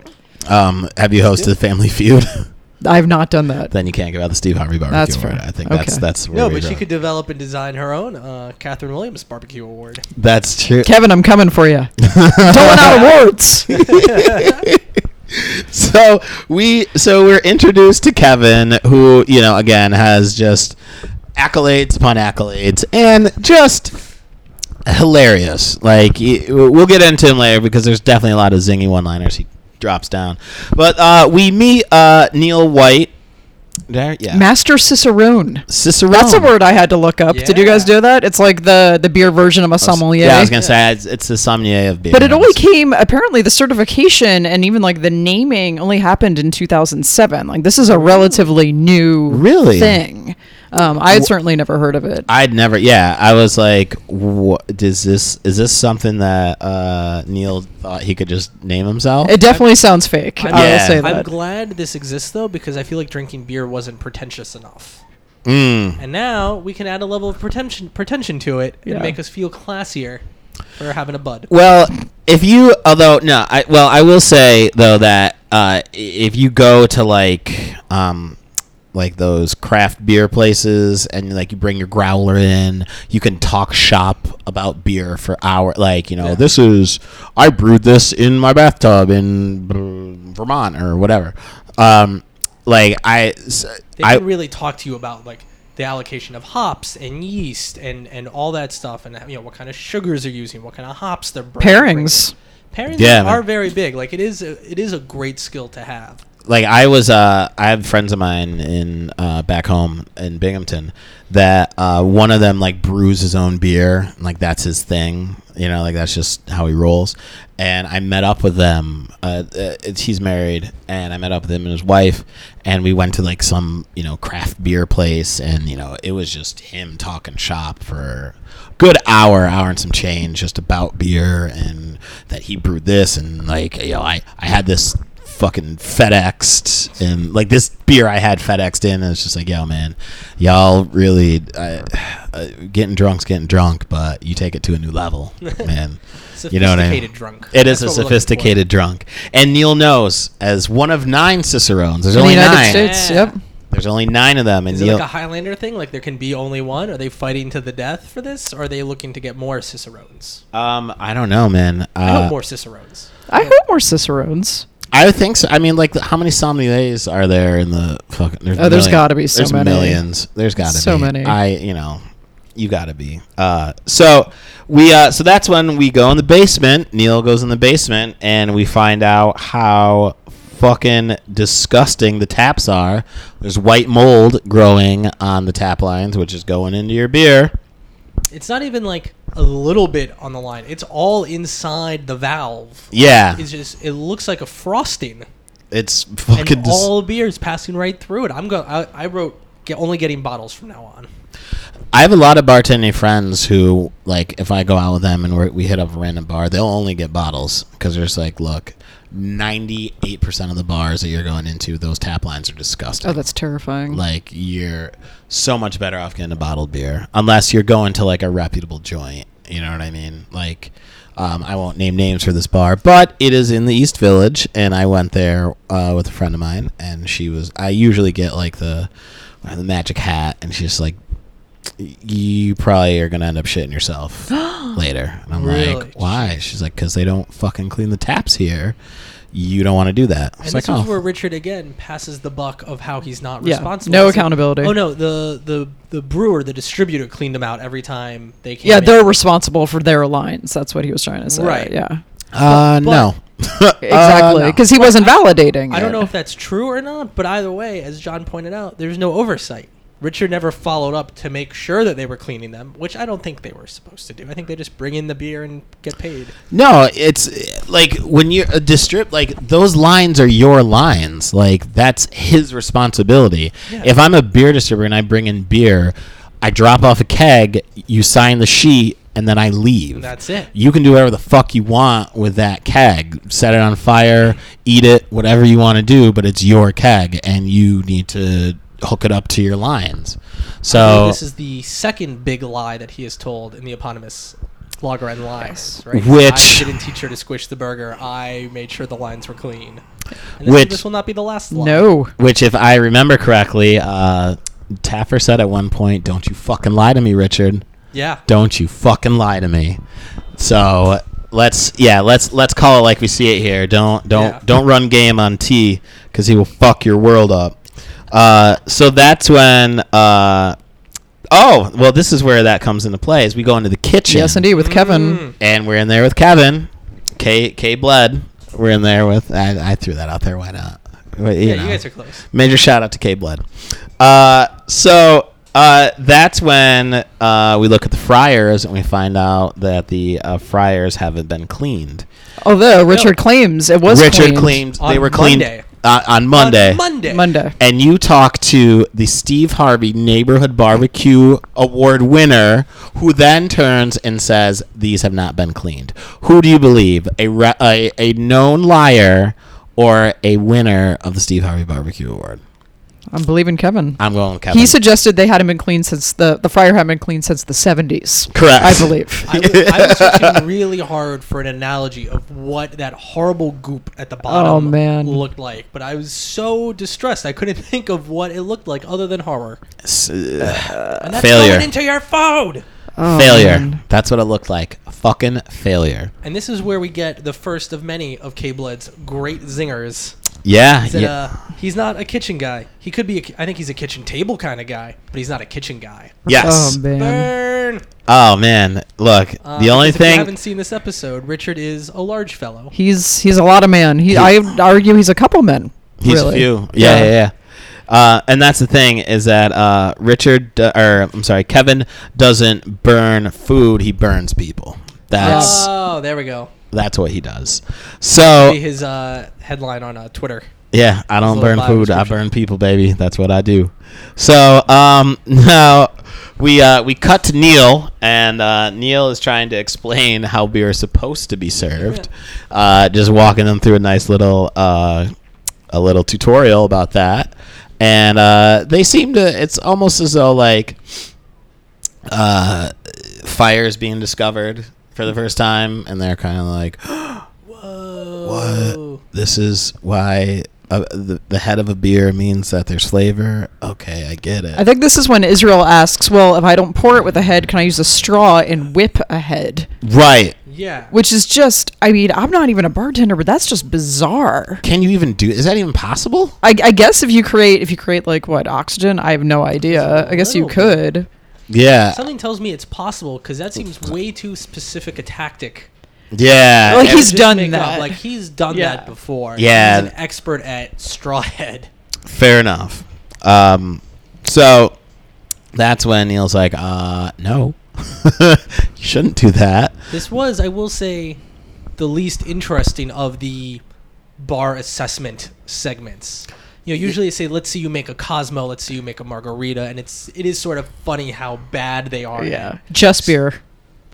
[SPEAKER 3] Um. Have you hosted Family Feud?
[SPEAKER 2] I've not done that.
[SPEAKER 3] then you can't give out the Steve Harvey Barbecue
[SPEAKER 2] That's
[SPEAKER 3] Award.
[SPEAKER 2] fair.
[SPEAKER 3] I think
[SPEAKER 2] Okay.
[SPEAKER 3] that's that's where
[SPEAKER 4] No,
[SPEAKER 3] we
[SPEAKER 4] but she
[SPEAKER 3] draw.
[SPEAKER 4] could develop and design her own uh, Catherine Williams Barbecue Award.
[SPEAKER 3] That's true.
[SPEAKER 2] Kevin, I'm coming for you. Doling out awards.
[SPEAKER 3] so we so we're introduced to Kevin, who you know again has just accolades upon accolades, and just hilarious. Like y- we'll get into him later because there's definitely a lot of zingy one-liners he drops down. But uh, we meet uh, Neil White. Did I- yeah,
[SPEAKER 2] Master Cicerone.
[SPEAKER 3] Cicerone.
[SPEAKER 2] That's a word I had to look up. Did you guys
[SPEAKER 4] Yeah.
[SPEAKER 2] do that? It's like the the beer version of a sommelier.
[SPEAKER 3] Yeah, I was gonna say it's, it's the sommelier of beer.
[SPEAKER 2] But it only came apparently the certification and even like the naming only happened in 2007. Like this is a relatively new
[SPEAKER 3] Really?
[SPEAKER 2] thing. Um, I had certainly never heard of it.
[SPEAKER 3] I'd never. Yeah, I was like, "What is this? Is this something that uh, Neil thought he could just name himself?"
[SPEAKER 2] it definitely sounds fake.
[SPEAKER 4] I'm-
[SPEAKER 2] I will
[SPEAKER 3] Yeah.
[SPEAKER 2] say
[SPEAKER 3] I'm
[SPEAKER 2] that.
[SPEAKER 4] I'm glad this exists though, because I feel like drinking beer wasn't pretentious enough.
[SPEAKER 3] Mm.
[SPEAKER 4] And now we can add a level of pretension, pretension to it and
[SPEAKER 2] Yeah.
[SPEAKER 4] make us feel classier for having a bud.
[SPEAKER 3] Well, if you, although no, I well, I will say though that uh, i- if you go to like, um, like those craft beer places and like you bring your growler in, you can talk shop about beer for hour. Like you know,
[SPEAKER 4] Yeah.
[SPEAKER 3] this is I brewed this in my bathtub in uh, Vermont or whatever. Um, like I, s-
[SPEAKER 4] They
[SPEAKER 3] I
[SPEAKER 4] can really talk to you about like the allocation of hops and yeast and and all that stuff, and you know what kind of sugars they're using, what kind of hops they're br- bringing.
[SPEAKER 2] Pairings.
[SPEAKER 4] Pairings
[SPEAKER 3] Yeah,
[SPEAKER 4] are
[SPEAKER 3] man.
[SPEAKER 4] very big. Like it is, a, it is a great skill to have.
[SPEAKER 3] like I was uh I have friends of mine in uh back home in Binghamton that uh one of them like brews his own beer and, like that's his thing you know like that's just how he rolls and I met up with them uh, uh it's, he's married and I met up with him and his wife and we went to like some you know craft beer place and you know it was just him talking shop for a good hour hour and some change just about beer and that he brewed this and like you know I I had this fucking FedExed and like this beer I had FedExed in and it's just like yo man y'all really uh, uh, getting drunk's getting drunk but you take it to a new level man you know what I mean
[SPEAKER 4] Sophisticated drunk.
[SPEAKER 3] it
[SPEAKER 4] That's
[SPEAKER 3] is
[SPEAKER 4] what we're
[SPEAKER 3] a
[SPEAKER 4] looking for.
[SPEAKER 3] sophisticated drunk and Neil knows as one of nine Cicerones there's
[SPEAKER 2] In the
[SPEAKER 3] only
[SPEAKER 2] United
[SPEAKER 3] nine
[SPEAKER 2] States.
[SPEAKER 4] Yeah.
[SPEAKER 2] Yep.
[SPEAKER 3] there's only nine of them and
[SPEAKER 4] Is it
[SPEAKER 3] Neil
[SPEAKER 4] like a Highlander thing? Like there can be only one? Are they fighting to the death for this? Or are they looking to get more Cicerones?
[SPEAKER 3] um I don't know man
[SPEAKER 4] I
[SPEAKER 3] uh,
[SPEAKER 4] hope more Cicerones.
[SPEAKER 2] I hope more Cicerones.
[SPEAKER 3] I think so. I mean, like, the, how many sommeliers are there in the fucking? There's
[SPEAKER 2] Oh, there's
[SPEAKER 3] million-
[SPEAKER 2] gotta be so
[SPEAKER 3] there's
[SPEAKER 2] many.
[SPEAKER 3] Millions. There's gotta
[SPEAKER 2] So
[SPEAKER 3] be
[SPEAKER 2] many.
[SPEAKER 3] I, you know, you gotta be. Uh, so we, uh, so that's when we go in the basement. Neil goes in the basement, and we find out how fucking disgusting the taps are. There's white mold growing on the tap lines, which is going into your beer.
[SPEAKER 4] It's not even like a little bit on the line. It's all inside the valve.
[SPEAKER 3] Yeah,
[SPEAKER 4] It's just it looks like a frosting,
[SPEAKER 3] it's
[SPEAKER 4] and
[SPEAKER 3] fucking. dis-
[SPEAKER 4] all beers passing right through it. I'm going. I wrote get, only getting bottles from now on.
[SPEAKER 3] I have a lot of bartending friends who, like, if I go out with them and we're, we hit up a random bar, they'll only get bottles because they're just like, look, 98% of the bars that you're going into, those tap lines are disgusting.
[SPEAKER 2] Oh, that's terrifying.
[SPEAKER 3] like, you're so much better off getting a bottled beer unless you're going to, like, a reputable joint. You know what I mean? Like, um, I won't name names for this bar, but it is in the East Village, and I went there uh, with a friend of mine, and she was. I usually get, like, the, uh, the magic hat, and she's just like, you probably are gonna end up shitting yourself later. And I'm
[SPEAKER 4] Really?
[SPEAKER 3] like, why? She's like, because they don't fucking clean the taps here. You don't want to do that. I
[SPEAKER 4] And
[SPEAKER 3] was
[SPEAKER 4] this
[SPEAKER 3] like,
[SPEAKER 4] is
[SPEAKER 3] "Oh."
[SPEAKER 4] where Richard again passes the buck of how he's not
[SPEAKER 2] Yeah,
[SPEAKER 4] responsible.
[SPEAKER 2] no
[SPEAKER 4] It's like,
[SPEAKER 2] accountability.
[SPEAKER 4] oh no, the the the brewer, the distributor, cleaned them out every time they came.
[SPEAKER 2] yeah,
[SPEAKER 4] in.
[SPEAKER 2] they're responsible for their lines. That's what he was trying to say.
[SPEAKER 4] Right.
[SPEAKER 2] Yeah.
[SPEAKER 4] but-
[SPEAKER 3] uh, no.
[SPEAKER 2] Exactly.
[SPEAKER 3] no.
[SPEAKER 2] Because he wasn't validating.
[SPEAKER 4] I
[SPEAKER 2] it.
[SPEAKER 4] don't know if that's true or not, but either way, as John pointed out, there's no oversight. Richard never followed up to make sure that they were cleaning them, which I don't think they were supposed to do. I think they just bring in the beer and get paid.
[SPEAKER 3] No, it's uh, like when you're a distrib like those lines are your lines. Like that's his responsibility.
[SPEAKER 4] Yeah.
[SPEAKER 3] If I'm a beer distributor and I bring in beer, I drop off a keg, you sign the sheet, and then I leave.
[SPEAKER 4] That's it.
[SPEAKER 3] You can do whatever the fuck you want with that keg. Set it on fire, eat it, whatever you want to do, but it's your keg and you need to hook it up to your lines. So
[SPEAKER 4] this is the second big lie that he has told in the eponymous Lager and Lies, right?
[SPEAKER 3] Which-
[SPEAKER 4] I didn't teach her to squish the burger. I made sure the lines were clean. And this,
[SPEAKER 3] Which-
[SPEAKER 4] this will not be the last lie.
[SPEAKER 2] No.
[SPEAKER 3] Which, if I remember correctly, uh, Taffer said at one point, "Don't you fucking lie to me, Richard.
[SPEAKER 4] Yeah.
[SPEAKER 3] Don't you fucking lie to me." So let's yeah let's let's call it like we see it here. Don't don't
[SPEAKER 4] Yeah.
[SPEAKER 3] don't run game on T because he will fuck your world up. Uh, so that's when. Uh, oh well, this is where that comes into play. Is we go into the kitchen
[SPEAKER 2] Yes, indeed. With
[SPEAKER 4] Mm.
[SPEAKER 2] Kevin.
[SPEAKER 3] and we're in there with Kevin, K K Bled. We're in there with I, I threw that out there. Why not? But,
[SPEAKER 4] Yeah,
[SPEAKER 3] know.
[SPEAKER 4] you guys are close.
[SPEAKER 3] Major shout out to K Blood. Uh, so uh, that's when uh, we look at the Friars and we find out that the uh, Friars haven't been cleaned.
[SPEAKER 2] Although Richard claims it was
[SPEAKER 3] Richard
[SPEAKER 2] cleaned.
[SPEAKER 3] claimed they
[SPEAKER 4] On
[SPEAKER 3] were cleaned
[SPEAKER 4] Monday.
[SPEAKER 3] Uh, on Monday.
[SPEAKER 4] On Monday.
[SPEAKER 2] Monday.
[SPEAKER 3] And you talk to the Steve Harvey Neighborhood Barbecue Award winner, who then turns and says, "These have not been cleaned." Who do you believe? A re- a, a known liar or a winner of the Steve Harvey Barbecue Award?
[SPEAKER 2] I'm believing Kevin.
[SPEAKER 3] I'm going with Kevin.
[SPEAKER 2] He suggested they hadn't been clean since the the fryer hadn't been clean since the 70s.
[SPEAKER 3] Correct.
[SPEAKER 2] I believe.
[SPEAKER 4] I was, I was searching really hard for an analogy of what that horrible goop at the bottom
[SPEAKER 2] Oh, man.
[SPEAKER 4] looked like, but I was so distressed I couldn't think of what it looked like other than horror.
[SPEAKER 3] S- uh,
[SPEAKER 4] And that's
[SPEAKER 3] Failure.
[SPEAKER 4] going into your phone.
[SPEAKER 2] Oh,
[SPEAKER 3] failure.
[SPEAKER 2] man.
[SPEAKER 3] That's what it looked like. A fucking failure.
[SPEAKER 4] And this is where we get the first of many of K Blood's great zingers.
[SPEAKER 3] Yeah.
[SPEAKER 4] Is that,
[SPEAKER 3] yeah.
[SPEAKER 4] uh, he's not a kitchen guy. He could be. A, ki- I think he's a kitchen table kind of guy, but he's not a kitchen guy.
[SPEAKER 3] yes.
[SPEAKER 2] Oh man.
[SPEAKER 4] Burn.
[SPEAKER 3] Oh man. Look,
[SPEAKER 4] Uh,
[SPEAKER 3] the only
[SPEAKER 4] because If you
[SPEAKER 3] thing
[SPEAKER 4] haven't seen this episode, Richard is a large fellow.
[SPEAKER 2] He's he's a lot of man. He I would argue he's a couple men.
[SPEAKER 3] He's
[SPEAKER 2] really.
[SPEAKER 3] a few. Yeah, yeah, yeah. Uh, and that's the thing is that uh, Richard, do- or I'm sorry, Kevin doesn't burn food; he burns people. That's
[SPEAKER 4] oh, there we go.
[SPEAKER 3] that's what he does. So
[SPEAKER 4] See his uh, headline on uh, Twitter.
[SPEAKER 3] yeah, I don't
[SPEAKER 4] little
[SPEAKER 3] burn
[SPEAKER 4] bio
[SPEAKER 3] food; I
[SPEAKER 4] description.
[SPEAKER 3] burn people, baby. That's what I do. So um, now we uh, we cut to Neil, and uh, Neil is trying to explain how beer is supposed to be served. Uh, just walking them through a nice little uh, a little tutorial about that, and uh, they seem to. It's almost as though like uh, fire is being discovered for the first time, and they're kind of like.
[SPEAKER 4] Whoa.
[SPEAKER 3] this is why uh, the, the head of a beer means that there's flavor. Okay, I get it.
[SPEAKER 2] I think this is when Israel asks, "Well, if I don't pour it with a head, can I use a straw and whip a head?"
[SPEAKER 3] right.
[SPEAKER 4] Yeah.
[SPEAKER 2] which is just i mean i'm not even a bartender but that's just bizarre
[SPEAKER 3] Can you even do? Is that even possible?
[SPEAKER 2] I, I guess if you create if you create like what oxygen i have no idea i guess you
[SPEAKER 4] little
[SPEAKER 2] could
[SPEAKER 3] Yeah,
[SPEAKER 4] Something tells me it's possible because that seems way too specific a tactic.
[SPEAKER 3] yeah.
[SPEAKER 2] Like,
[SPEAKER 3] And-
[SPEAKER 2] he's
[SPEAKER 4] Just
[SPEAKER 2] done
[SPEAKER 4] make up,
[SPEAKER 2] that.
[SPEAKER 4] Like he's done
[SPEAKER 2] Yeah.
[SPEAKER 4] that before.
[SPEAKER 3] Yeah.
[SPEAKER 4] He's an expert at straw head.
[SPEAKER 3] Fair enough. Um, so that's when Neil's like, uh, no, you shouldn't do that.
[SPEAKER 4] This was, I will say, the least interesting of the bar assessment segments. You know, usually they say, "Let's see you make a Cosmo," "Let's see you make a Margarita," and it's it is sort of funny how bad they are.
[SPEAKER 2] yeah just beer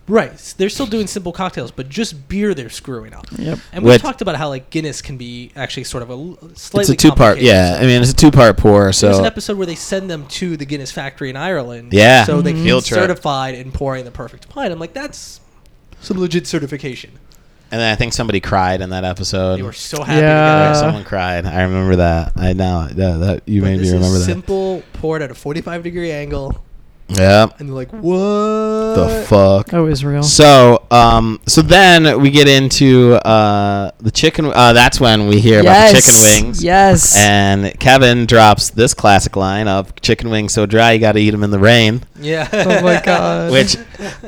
[SPEAKER 4] right. They're still doing simple cocktails, but just beer they're screwing up.
[SPEAKER 2] yep
[SPEAKER 4] And we have
[SPEAKER 3] With-
[SPEAKER 4] talked about how like Guinness can be actually sort of a l- slightly.
[SPEAKER 3] it's a two part.
[SPEAKER 4] complicated.
[SPEAKER 3] Yeah, I mean, it's a two part pour.
[SPEAKER 4] There's an
[SPEAKER 3] So
[SPEAKER 4] episode where they send them to the Guinness factory in Ireland.
[SPEAKER 3] Yeah.
[SPEAKER 4] So they
[SPEAKER 3] Mhm.
[SPEAKER 4] can
[SPEAKER 3] Field
[SPEAKER 4] get
[SPEAKER 3] trip.
[SPEAKER 4] certified in pouring the perfect pint. I'm like, that's some legit certification.
[SPEAKER 3] And then I think somebody cried in that episode.
[SPEAKER 4] They were so happy
[SPEAKER 2] Yeah.
[SPEAKER 3] Yeah,
[SPEAKER 4] together.
[SPEAKER 3] someone cried. I remember that. I know that, that you
[SPEAKER 4] But
[SPEAKER 3] made
[SPEAKER 4] this
[SPEAKER 3] me remember
[SPEAKER 4] is
[SPEAKER 3] that.
[SPEAKER 4] simple poured at a 45 degree angle,
[SPEAKER 3] Yeah.
[SPEAKER 4] and they're like, "What
[SPEAKER 3] The fuck.
[SPEAKER 2] oh israel
[SPEAKER 3] So, um, so then we get into uh, the chicken. Uh, that's when we hear about the chicken wings.
[SPEAKER 2] yes
[SPEAKER 3] And Kevin drops this classic line of "Chicken wings so dry, you got to eat them in the rain."
[SPEAKER 4] Yeah.
[SPEAKER 2] oh my god
[SPEAKER 3] Which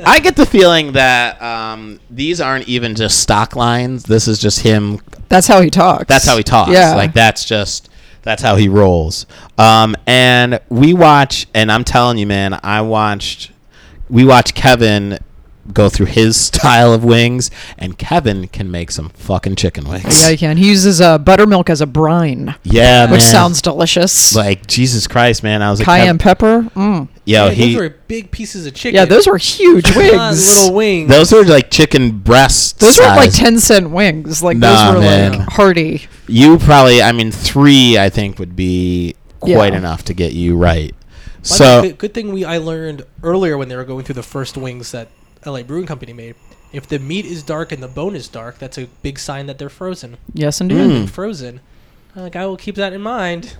[SPEAKER 3] I get the feeling that um, these aren't even just stock lines. This is just him
[SPEAKER 2] that's how he talks
[SPEAKER 3] that's how he talks.
[SPEAKER 2] yeah
[SPEAKER 3] Like that's just that's how he rolls. Um, and we watch, and I'm telling you, man, I watched. We watch Kevin go through his style of wings, and Kevin can make some fucking chicken wings.
[SPEAKER 2] yeah he can he uses uh, buttermilk as a brine
[SPEAKER 3] Yeah,
[SPEAKER 2] which
[SPEAKER 3] man.
[SPEAKER 2] sounds delicious
[SPEAKER 3] like Jesus Christ, man. I was like,
[SPEAKER 2] cayenne
[SPEAKER 3] Kev-
[SPEAKER 2] pepper mm.
[SPEAKER 3] yo,
[SPEAKER 4] Yeah,
[SPEAKER 3] he.
[SPEAKER 4] those were big pieces of chicken.
[SPEAKER 2] yeah those were huge
[SPEAKER 4] Not
[SPEAKER 2] wings
[SPEAKER 4] little wings.
[SPEAKER 3] Those were like chicken breasts.
[SPEAKER 2] those were like 10 cent wings like
[SPEAKER 3] Nah,
[SPEAKER 2] those were
[SPEAKER 3] man.
[SPEAKER 2] like hearty
[SPEAKER 3] You probably, I mean, three. I think would be quite
[SPEAKER 2] Yeah.
[SPEAKER 3] enough to get you right.
[SPEAKER 4] By
[SPEAKER 3] so
[SPEAKER 4] the way, good, good thing we I learned earlier when they were going through the first wings that LA Brewing Company made. If the meat is dark and the bone is dark, that's a big sign that they're frozen.
[SPEAKER 2] yes
[SPEAKER 3] Mm.
[SPEAKER 2] indeed
[SPEAKER 4] Been frozen. I'm Like I will keep that in mind.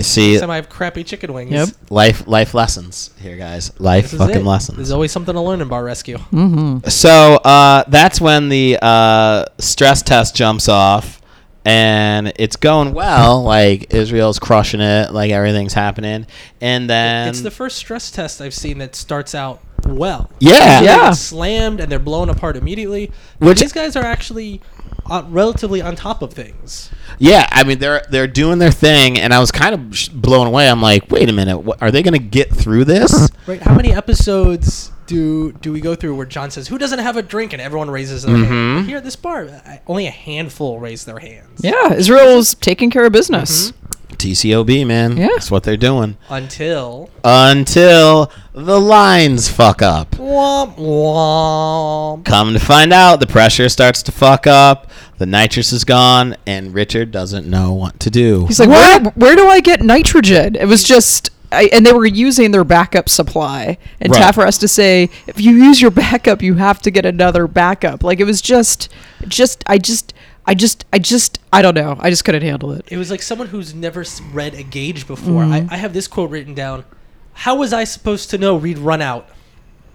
[SPEAKER 3] see,
[SPEAKER 4] Next time I have crappy chicken wings.
[SPEAKER 2] Yep.
[SPEAKER 3] life life lessons here guys life
[SPEAKER 4] This is
[SPEAKER 3] fucking
[SPEAKER 4] it. There's
[SPEAKER 3] lessons
[SPEAKER 4] always something to learn in bar rescue.
[SPEAKER 3] so uh, that's when the uh, stress test jumps off and it's going well like israel's crushing it like everything's happening and then
[SPEAKER 4] it's the first stress test I've seen that starts out well.
[SPEAKER 3] yeah
[SPEAKER 4] They
[SPEAKER 2] Yeah.
[SPEAKER 4] get slammed and they're blown apart immediately.
[SPEAKER 3] Which-
[SPEAKER 4] Which these guys are actually uh, relatively on top of things.
[SPEAKER 3] yeah i mean they're they're doing their thing and i was kind of sh- blown away i'm like wait a minute what, are they gonna get through this
[SPEAKER 4] Right? How many episodes do do we go through where John says, "Who doesn't have a drink?" and everyone raises their hand? Here at this bar, I- only a handful raise their hands.
[SPEAKER 2] yeah israel's taking care of business
[SPEAKER 3] tcob man
[SPEAKER 2] Yeah.
[SPEAKER 3] that's what they're doing
[SPEAKER 4] Until
[SPEAKER 3] until the lines fuck up
[SPEAKER 4] womp womp.
[SPEAKER 3] Come to find out, the pressure starts to fuck up, the nitrous is gone, and Richard doesn't know what to do.
[SPEAKER 2] He's like, where, where do I get nitrogen? It was just, I, and they were using their backup supply. And
[SPEAKER 3] Right.
[SPEAKER 2] Taffer has to say, if you use your backup, you have to get another backup. Like it was just, just, I just, I just, I just, I don't know. I just couldn't handle it.
[SPEAKER 4] It was like someone who's never s- read a gauge before. I, I have this quote written down. How was I supposed to know read run out?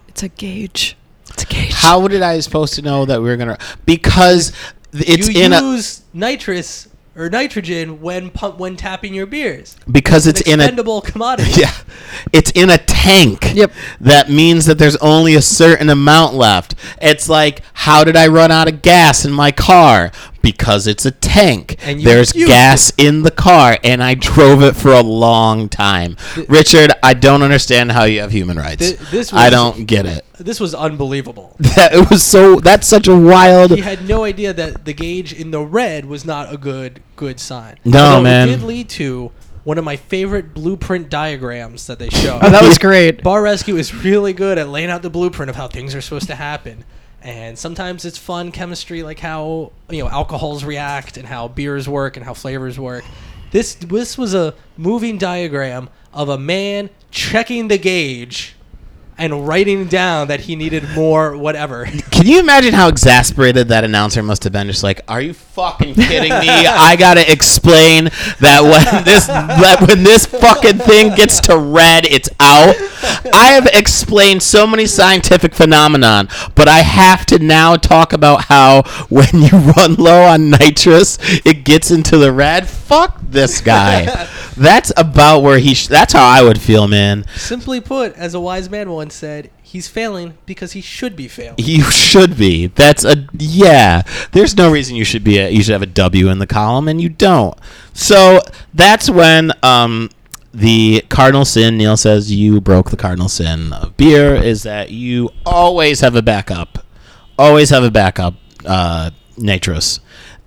[SPEAKER 2] It's a gauge. It's a gauge.
[SPEAKER 3] How did I supposed to know that we were gonna? Because it's
[SPEAKER 4] you
[SPEAKER 3] in a
[SPEAKER 4] use nitrous or nitrogen when pump when tapping your beers.
[SPEAKER 3] because it's
[SPEAKER 4] It's
[SPEAKER 3] in a
[SPEAKER 4] expendable commodity.
[SPEAKER 3] yeah, it's in a tank.
[SPEAKER 2] Yep.
[SPEAKER 3] That means that there's only a certain amount left. It's like, how did I run out of gas in my car? Because it's a tank.
[SPEAKER 4] And you
[SPEAKER 3] there's
[SPEAKER 4] used
[SPEAKER 3] gas in the car, and I drove it for a long time. Richard, I don't understand how you have human rights.
[SPEAKER 4] Thi- this
[SPEAKER 3] I
[SPEAKER 4] was-
[SPEAKER 3] don't get it.
[SPEAKER 4] This was unbelievable.
[SPEAKER 3] That it was so. That's such a wild.
[SPEAKER 4] He had no idea that the gauge in the red was not a good good sign.
[SPEAKER 3] No,
[SPEAKER 4] Although
[SPEAKER 3] man.
[SPEAKER 4] It did lead to one of my favorite blueprint diagrams that they show.
[SPEAKER 2] Oh, that was great.
[SPEAKER 4] Bar Rescue is really good at laying out the blueprint of how things are supposed to happen. And sometimes it's fun chemistry, like how you know alcohols react and how beers work and how flavors work. This this was a moving diagram of a man checking the gauge and writing down that he needed more whatever.
[SPEAKER 3] Can you imagine how exasperated that announcer must have been? Just like, are you fucking kidding me? I gotta explain that when this that when this fucking thing gets to red, it's out. I have explained so many scientific phenomenon, but I have to now talk about how when you run low on nitrous, it gets into the red. Fuck this guy. That's about where he. Sh- that's how I would feel, man.
[SPEAKER 4] Simply put, as a wise man once said, he's failing because he should be failing.
[SPEAKER 3] You should be. That's a yeah. There's no reason you should be. A, you should have a W in the column, and you don't. So that's when um, the cardinal sin Neil says you broke the cardinal sin of beer is that you always have a backup, always have a backup uh, nitrous,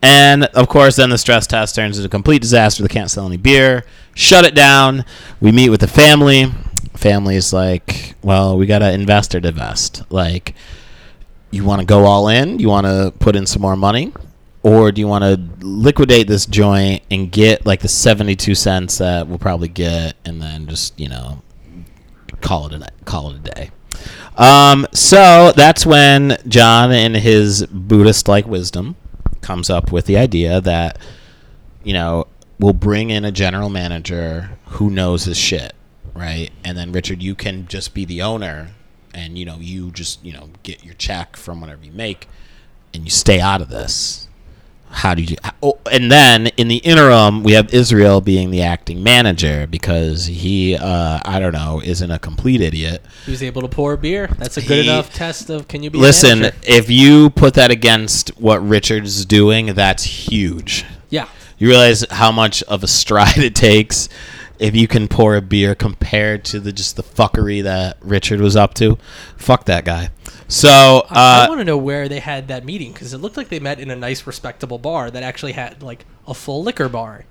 [SPEAKER 3] and of course then the stress test turns into a complete disaster. They can't sell any beer. Shut it down. We meet with the family. Family's like, well, we gotta invest or divest. Like, you want to go all in? You want to put in some more money? Or do you want to liquidate this joint and get like the 72 cents that we'll probably get and then just, you know, call it a night, call it a day. Um, so that's when John and his Buddhist like wisdom comes up with the idea that you know, we'll bring in a general manager who knows his shit, right? And then Richard, you can just be the owner, and you know, you just you know get your check from whatever you make, and you stay out of this. How do you? Oh, and then in the interim, we have Israel being the acting manager because he, uh, I don't know, isn't a complete idiot.
[SPEAKER 4] He was able to pour beer. That's a good
[SPEAKER 3] He-
[SPEAKER 4] enough test of can you be a
[SPEAKER 3] Listen,
[SPEAKER 4] manager?
[SPEAKER 3] if you put that against what Richard's doing, that's huge.
[SPEAKER 4] Yeah.
[SPEAKER 3] You realize how much of a stride it takes if you can pour a beer compared to the just the fuckery that Richard was up to. Fuck that guy. So
[SPEAKER 4] I,
[SPEAKER 3] uh,
[SPEAKER 4] want to know where they had that meeting because it looked like they met in a nice, respectable bar that actually had like a full liquor bar.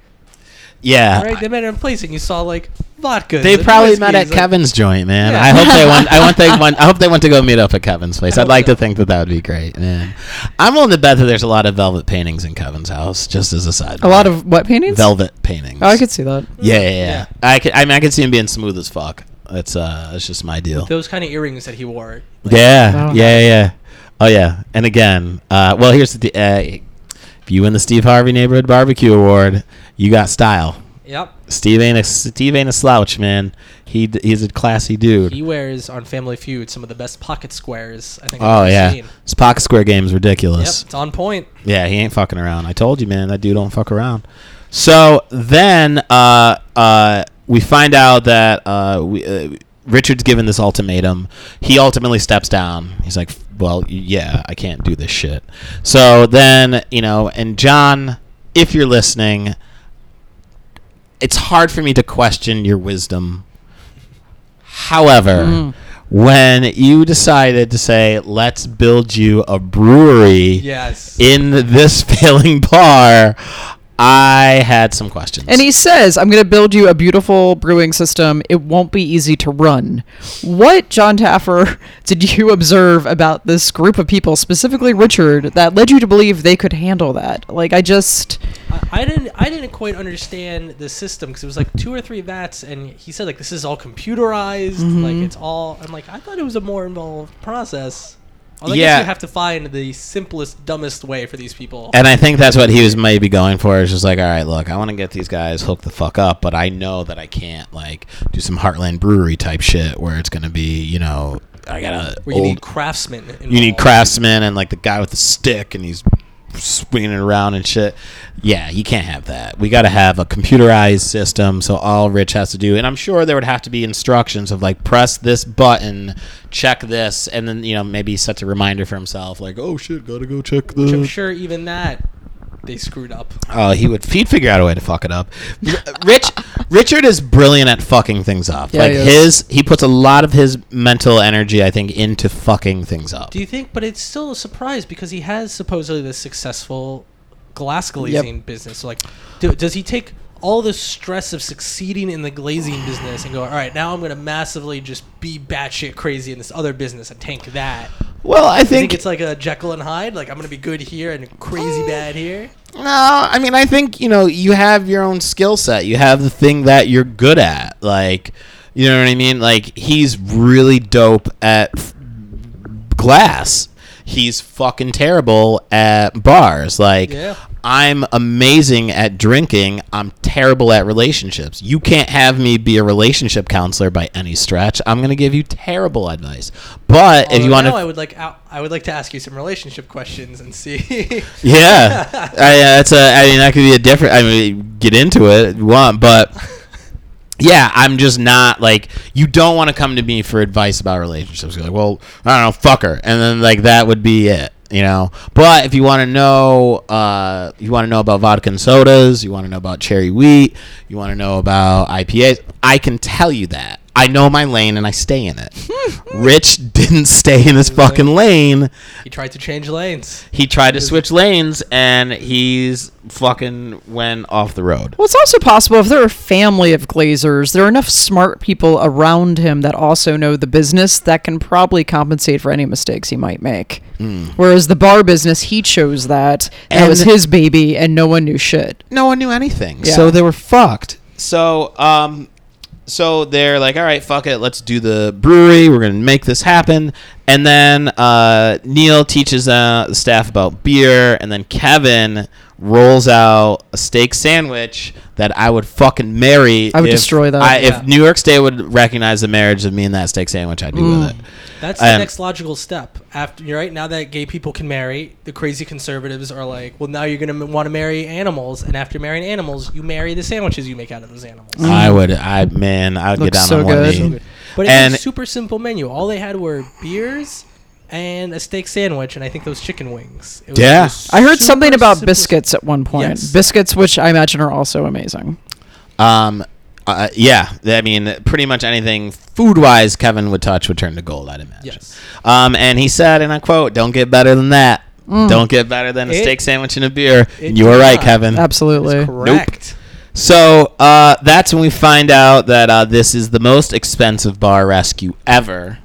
[SPEAKER 3] yeah,
[SPEAKER 4] Right? They met in a place and you saw like vodka.
[SPEAKER 3] Uh, they probably met at Kevin's joint, man.
[SPEAKER 4] Yeah.
[SPEAKER 3] I hope they went. I want they went. I hope they went to go meet up at Kevin's place.
[SPEAKER 4] I
[SPEAKER 3] I'd
[SPEAKER 4] hope
[SPEAKER 3] like
[SPEAKER 4] so.
[SPEAKER 3] to think that that would be great, man. I'm willing to bet that there's a lot of velvet paintings in Kevin's house. Just as a side,
[SPEAKER 2] A lot of what paintings?
[SPEAKER 3] velvet paintings.
[SPEAKER 2] Oh, I could see that.
[SPEAKER 3] Yeah, yeah, yeah.
[SPEAKER 4] Yeah.
[SPEAKER 3] I could. I mean, I could see him being smooth as fuck. That's uh, that's just my deal.
[SPEAKER 4] Those kind of earrings that he wore.
[SPEAKER 3] Yeah,
[SPEAKER 2] Wow.
[SPEAKER 3] yeah, yeah, yeah. Oh yeah, and again, uh, well, here's the. Uh, if you win the Steve Harvey Neighborhood Barbecue Award, you got style.
[SPEAKER 4] Yep.
[SPEAKER 3] Steve ain't a Steve ain't a slouch, man. He d- he's a classy dude.
[SPEAKER 4] He wears on Family Feud some of the best pocket squares I think
[SPEAKER 3] oh
[SPEAKER 4] I've
[SPEAKER 3] yeah,
[SPEAKER 4] ever seen.
[SPEAKER 3] his pocket square game's
[SPEAKER 4] Yep,
[SPEAKER 3] ridiculous.
[SPEAKER 4] it's on point.
[SPEAKER 3] Yeah, he ain't fucking around. I told you, man. That dude don't fuck around. So then uh, uh, we find out that uh, we, uh, Richard's given this ultimatum. He ultimately steps down. He's like, "Well, yeah, I can't do this shit." So then you know, and John, if you're listening, it's hard for me to question your wisdom. However, when you decided to say, "Let's build you a brewery,"
[SPEAKER 4] Yes.
[SPEAKER 3] in this failing bar, I had some questions.
[SPEAKER 2] And he says, I'm going to build you a beautiful brewing system. It won't be easy to run. What, John Taffer, did you observe about this group of people, specifically Richard, that led you to believe they could handle that? Like, I just.
[SPEAKER 4] I- I didn't I didn't quite understand the system because it was like two or three vats and he said like this is all computerized like
[SPEAKER 3] Mm-hmm.
[SPEAKER 4] it's all I'm like I thought it was a more involved process. Well, I
[SPEAKER 3] Yeah.
[SPEAKER 4] guess you have to find the simplest dumbest way for these people.
[SPEAKER 3] and I think that's what he was maybe going for. Is just like, all right, look, I want to get these guys hooked the fuck up, but I know that I can't like do some Heartland Brewery type shit where it's gonna be, you know, I gotta
[SPEAKER 4] where you
[SPEAKER 3] old-
[SPEAKER 4] need craftsmen. Involved.
[SPEAKER 3] you need craftsmen and like the guy with the stick and he's swinging it around and shit. Yeah, you can't have that. We got to have a computerized system. So all Rich has to do, and I'm sure there would have to be instructions of like press this button, check this, and then you know maybe he sets a reminder for himself like, oh shit, gotta go check
[SPEAKER 4] Which I'm
[SPEAKER 3] the.
[SPEAKER 4] sure even that they screwed up.
[SPEAKER 3] Oh, he would he'd figure out a way to fuck it up. Rich Richard is brilliant at fucking things up.
[SPEAKER 2] Yeah,
[SPEAKER 3] like
[SPEAKER 2] he is.
[SPEAKER 3] his he puts a lot of his mental energy, I think, into fucking things up.
[SPEAKER 4] Do you think? But it's still a surprise because he has supposedly this successful glass glazing business. So like, do, does he take all the stress of succeeding in the glazing business and go, all right, now I'm going to massively just be batshit crazy in this other business and tank that?
[SPEAKER 3] Well, I
[SPEAKER 4] Do you think
[SPEAKER 3] think
[SPEAKER 4] it's like a Jekyll and Hyde? Like, I'm going to be good here and crazy bad here?
[SPEAKER 3] No, I mean, I think you know you have your own skill set. You have the thing that you're good at. Like, You know what I mean? Like he's really dope at f- glass. He's fucking terrible at bars. Like
[SPEAKER 4] Yeah.
[SPEAKER 3] I'm amazing at drinking. I'm terrible at relationships. You can't have me be a relationship counselor by any stretch. I'm gonna give you terrible advice. But if
[SPEAKER 4] Although
[SPEAKER 3] you want
[SPEAKER 4] now I
[SPEAKER 3] to,
[SPEAKER 4] would like out- I would like to ask you some relationship questions and see.
[SPEAKER 3] yeah, I, uh, that's a. I mean, that could be a different. I mean, get into it if you want, but yeah, I'm just not like you don't want to come to me for advice about relationships. You're like, well, I don't know, fuck her, and then like that would be it, you know. But if you want to know, uh, you want to know about vodka and sodas, you want to know about cherry wheat, you want to know about IPAs. I can tell you that. I know my lane and I stay in it. Rich didn't stay in his fucking lane
[SPEAKER 4] he tried to change lanes.
[SPEAKER 3] he tried to switch lanes and he's fucking went off the road.
[SPEAKER 2] Well, it's also possible if they're a family of glazers, there are enough smart people around him that also know the business that can probably compensate for any mistakes he might make. Whereas the bar business, he chose that. That was
[SPEAKER 3] And-
[SPEAKER 2] his baby, and no one knew shit.
[SPEAKER 3] No one knew anything,
[SPEAKER 2] Yeah.
[SPEAKER 3] so they were fucked. So, um, so they're like, all right, fuck it, let's do the brewery. We're gonna make this happen. And then uh, Neil teaches uh, the staff about beer, and then Kevin rolls out a steak sandwich that I would fucking marry.
[SPEAKER 2] I would
[SPEAKER 3] if
[SPEAKER 2] destroy that,
[SPEAKER 3] I,
[SPEAKER 4] yeah.
[SPEAKER 3] If New York State would recognize the marriage of me and that steak sandwich, I'd be with it.
[SPEAKER 4] That's the
[SPEAKER 3] Um,
[SPEAKER 4] next logical step. After you're right now that gay people can marry, the crazy conservatives are like, well, now you're gonna want to marry animals, and after marrying animals, you marry the sandwiches you make out of those animals.
[SPEAKER 3] I would. I man, I would get
[SPEAKER 2] Looks
[SPEAKER 3] down
[SPEAKER 2] so
[SPEAKER 3] on one
[SPEAKER 2] good.
[SPEAKER 3] knee.
[SPEAKER 4] But it
[SPEAKER 3] And-
[SPEAKER 4] was a super simple menu. All they had were beers and a steak sandwich, and I think those chicken wings. It was
[SPEAKER 3] Yeah.
[SPEAKER 4] just
[SPEAKER 2] I heard
[SPEAKER 4] super
[SPEAKER 2] something about
[SPEAKER 4] simple-
[SPEAKER 2] biscuits at one point.
[SPEAKER 4] Yes.
[SPEAKER 2] Biscuits, which I imagine are also amazing.
[SPEAKER 3] Um, uh, yeah, I mean, pretty much anything food wise Kevin would touch would turn to gold, I'd imagine.
[SPEAKER 4] Yes.
[SPEAKER 3] Um, and he said, and I quote, "Don't get better than that. Don't get better than a
[SPEAKER 4] Mm. It-
[SPEAKER 3] steak sandwich and a beer."
[SPEAKER 4] it
[SPEAKER 3] You were
[SPEAKER 4] did
[SPEAKER 3] right,
[SPEAKER 4] not.
[SPEAKER 3] Kevin.
[SPEAKER 2] Absolutely.
[SPEAKER 4] Correct.
[SPEAKER 3] So uh, that's when we find out that uh, this is the most expensive bar rescue ever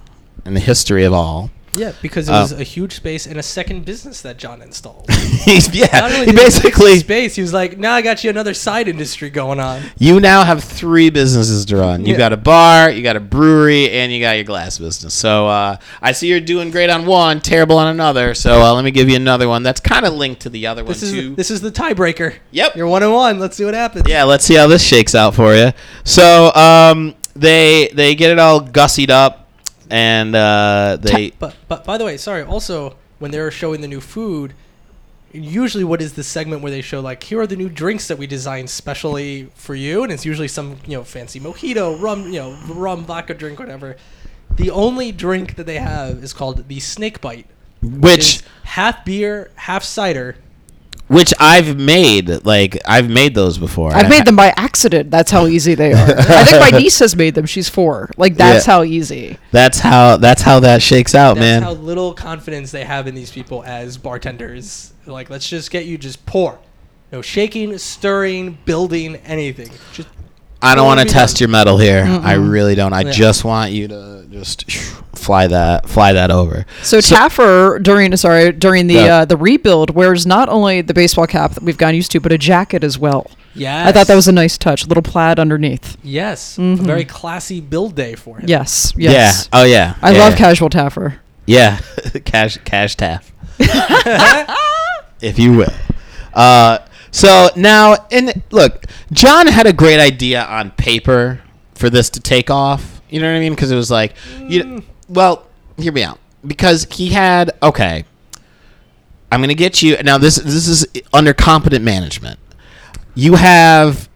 [SPEAKER 3] in the history of all.
[SPEAKER 4] Yeah, because it
[SPEAKER 3] Oh.
[SPEAKER 4] was a huge space and a second business that John installed. Not
[SPEAKER 3] yeah,
[SPEAKER 4] only did
[SPEAKER 3] he
[SPEAKER 4] give him
[SPEAKER 3] basically
[SPEAKER 4] space. He was like, now I got you another side industry going on.
[SPEAKER 3] You now have three businesses to run. You
[SPEAKER 4] Yeah.
[SPEAKER 3] got a bar, you got a brewery, and you got your glass business. So uh, I see you're doing great on one, terrible on another. So uh, let me give you another one that's kind of linked to the other
[SPEAKER 4] This
[SPEAKER 3] one
[SPEAKER 4] is
[SPEAKER 3] too.
[SPEAKER 4] this is the tiebreaker.
[SPEAKER 3] Yep.
[SPEAKER 4] you're one and one. Let's see what happens.
[SPEAKER 3] yeah, let's see how this shakes out for you. So um, they they get it all gussied up, and uh, they
[SPEAKER 4] But but by the way, sorry. Also, when they're showing the new food, usually what is the segment where they show like here are the new drinks that we designed specially for you, and it's usually some you know fancy mojito, rum, you know rum vodka drink, whatever. The only drink that they have is called the snake bite,
[SPEAKER 3] which
[SPEAKER 4] It's half beer, half cider.
[SPEAKER 3] which I've made like I've made those before.
[SPEAKER 2] I've made them by accident. That's how easy they are. I think my niece has made them. She's four. Like that's
[SPEAKER 3] Yeah.
[SPEAKER 2] how easy.
[SPEAKER 3] That's how that's how that shakes out,
[SPEAKER 4] That's
[SPEAKER 3] man.
[SPEAKER 4] how little confidence they have in these people as bartenders. Like, let's just get you just pour. No shaking, stirring, building, anything. Just
[SPEAKER 3] I don't
[SPEAKER 4] Well,
[SPEAKER 3] want to
[SPEAKER 4] we
[SPEAKER 3] test your metal here. I really don't. I
[SPEAKER 4] Yeah.
[SPEAKER 3] just want you to just fly that fly that over.
[SPEAKER 2] So, Taffer during sorry during the
[SPEAKER 3] Yeah.
[SPEAKER 2] uh, the rebuild wears not only the baseball cap that we've gotten used to, but a jacket as well.
[SPEAKER 4] yes.
[SPEAKER 2] I thought that was a nice touch, little plaid underneath.
[SPEAKER 4] yes, a very classy build day for him.
[SPEAKER 2] Yes, yes.
[SPEAKER 3] Yeah. Oh yeah.
[SPEAKER 2] I
[SPEAKER 3] Yeah,
[SPEAKER 2] love
[SPEAKER 3] yeah.
[SPEAKER 2] casual Taffer.
[SPEAKER 3] Yeah. cash cash taff. if you will. Uh, so now and look, John had a great idea on paper for this to take off. You know what I mean? Because it was like, you well, hear me out. Because he had okay. I'm gonna get you now. This this is under competent management. You have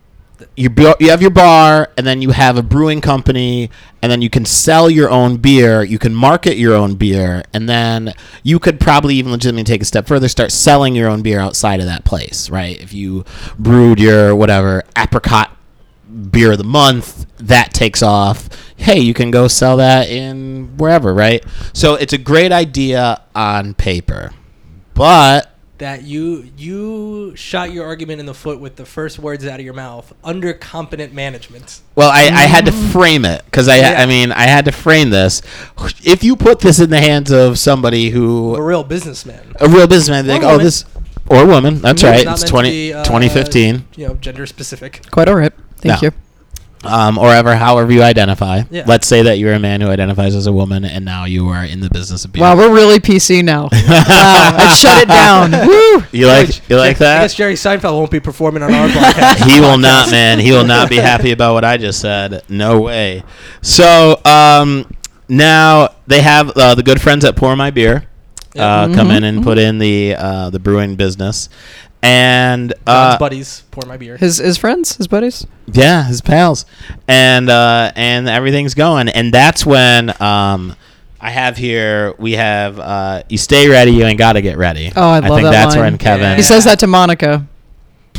[SPEAKER 3] your bu- you have your bar, and then you have a brewing company, and then you can sell your own beer. You can market your own beer, and then you could probably even legitimately take a step further, start selling your own beer outside of that place, right? If you brewed your whatever apricot beer of the month that takes off hey you can go sell that in wherever right so it's a great idea on paper but
[SPEAKER 4] That you you shot your argument in the foot with the first words out of your mouth under competent management.
[SPEAKER 3] well i, I had to frame it because I,
[SPEAKER 4] Mm. Yeah.
[SPEAKER 3] I mean i had to frame this if you put this in the hands of somebody
[SPEAKER 4] A
[SPEAKER 3] who
[SPEAKER 4] real businessman.
[SPEAKER 3] a real businessman they
[SPEAKER 4] Or
[SPEAKER 3] think oh
[SPEAKER 4] woman.
[SPEAKER 3] this or woman that's
[SPEAKER 4] Not
[SPEAKER 3] right
[SPEAKER 4] meant
[SPEAKER 3] it's
[SPEAKER 4] to
[SPEAKER 3] 20,
[SPEAKER 4] be, uh,
[SPEAKER 3] 2015
[SPEAKER 4] You know, gender specific.
[SPEAKER 2] Quite all right. Thank
[SPEAKER 3] No.
[SPEAKER 2] you.
[SPEAKER 3] um, or ever, however you identify.
[SPEAKER 4] Yeah.
[SPEAKER 3] Let's say that you're a man who identifies as a woman, and now you are in the business of being.
[SPEAKER 2] Wow, we're really PC now. wow, I shut it down. Woo!
[SPEAKER 3] you like you like
[SPEAKER 4] I guess
[SPEAKER 3] that?
[SPEAKER 4] Jerry Seinfeld won't be performing on our podcast.
[SPEAKER 3] He will not, man. He will not be happy about what I just said. No way. So um, now they have uh, the good friends at Pour My Beer uh,
[SPEAKER 2] Mm-hmm.
[SPEAKER 3] come in and put in the uh, the brewing business, and
[SPEAKER 4] John's
[SPEAKER 3] uh,
[SPEAKER 4] buddies pour my beer.
[SPEAKER 2] His his friends, his buddies.
[SPEAKER 3] Yeah, his pals, and uh, and everything's going, and that's when um, I have here we have uh, you stay ready, you ain't gotta get ready.
[SPEAKER 2] Oh, I love
[SPEAKER 3] think
[SPEAKER 2] that
[SPEAKER 3] that's
[SPEAKER 2] line.
[SPEAKER 3] when Kevin
[SPEAKER 2] He
[SPEAKER 4] Yeah.
[SPEAKER 2] says that to Monica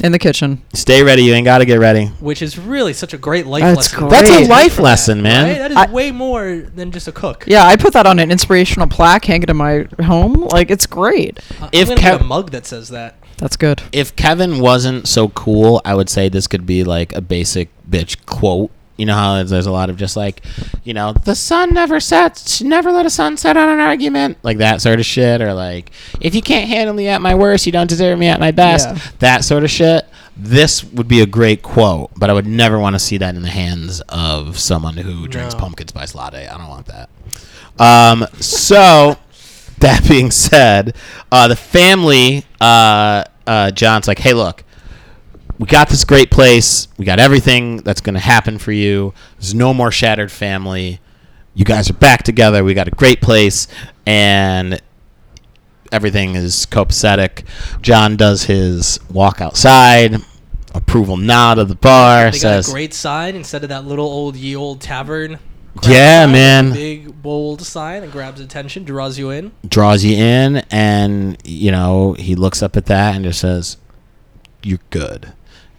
[SPEAKER 2] in the kitchen.
[SPEAKER 3] stay ready, you ain't gotta get ready.
[SPEAKER 4] which is really such a great life
[SPEAKER 2] That's
[SPEAKER 4] lesson.
[SPEAKER 2] great.
[SPEAKER 3] That's a
[SPEAKER 2] Great.
[SPEAKER 3] life lesson, man.
[SPEAKER 4] Right? That is
[SPEAKER 2] I-
[SPEAKER 4] way more than just a cook.
[SPEAKER 2] Yeah, I put that on an inspirational plaque, hang it in my home. Like it's great.
[SPEAKER 4] I-
[SPEAKER 3] If
[SPEAKER 4] Uh, I'm gonna
[SPEAKER 3] Kev-
[SPEAKER 4] get a mug that says that.
[SPEAKER 2] That's good.
[SPEAKER 3] If Kevin wasn't so cool, I would say this could be like a basic bitch quote. You know how there's a lot of just like, you know, the sun never sets, never let a sun set on an argument, like that sort of shit, or like, if you can't handle me at my worst, you don't deserve me at my best,
[SPEAKER 2] Yeah.
[SPEAKER 3] that sort of shit. This would be a great quote, but I would never want to see that in the hands of someone who drinks
[SPEAKER 4] No.
[SPEAKER 3] pumpkin spice latte. I don't want that. Um, so that being said, uh, the family, uh, uh, John's like, hey, look, we got this great place. We got everything that's going to happen for you. There's no more shattered family. You guys are back together. We got a great place, and everything is copacetic. John does his walk outside, approval nod of the bar,
[SPEAKER 4] They got
[SPEAKER 3] says,
[SPEAKER 4] a great sign instead of that little old ye old tavern.
[SPEAKER 3] Yeah,
[SPEAKER 4] sign,
[SPEAKER 3] man.
[SPEAKER 4] Big bold sign that grabs attention, draws you in.
[SPEAKER 3] draws you in, and, you know, he looks up at that and just says, You're good,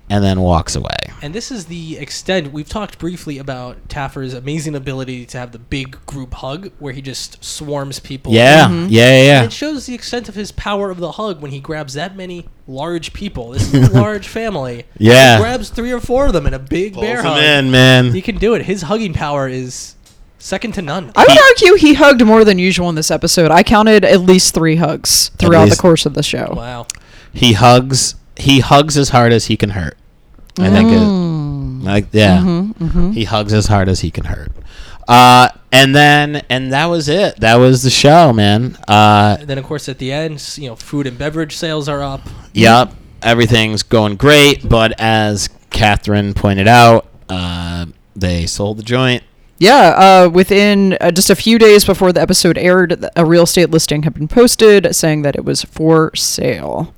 [SPEAKER 3] and then walks away.
[SPEAKER 4] And this is the extent we've talked briefly about Taffer's amazing ability to have the big group hug where he just swarms people.
[SPEAKER 3] Yeah, yeah, yeah, yeah.
[SPEAKER 4] And it shows the extent of his power of the hug when he grabs that many large people. This is a large family.
[SPEAKER 3] Yeah.
[SPEAKER 4] He grabs three or four of them in a big bear
[SPEAKER 3] Pulls
[SPEAKER 4] hug.
[SPEAKER 3] him in, man.
[SPEAKER 4] He can do it. His hugging power is second to none.
[SPEAKER 2] I would argue he hugged more than usual in this episode. I counted at least three hugs throughout the
[SPEAKER 3] least-
[SPEAKER 2] course of the show.
[SPEAKER 4] Wow.
[SPEAKER 3] he hugs he hugs as hard as he can hurt i think it, like yeah he hugs as hard as he can hurt uh and then and that was it that was the show man uh
[SPEAKER 4] And then, of course, at the end, s- you know, food and beverage sales are up.
[SPEAKER 3] yep everything's going great but as catherine pointed out uh they sold the joint
[SPEAKER 2] Yeah, uh, within uh, just a few days before the episode aired, th- a real estate listing had been posted saying that it was for sale.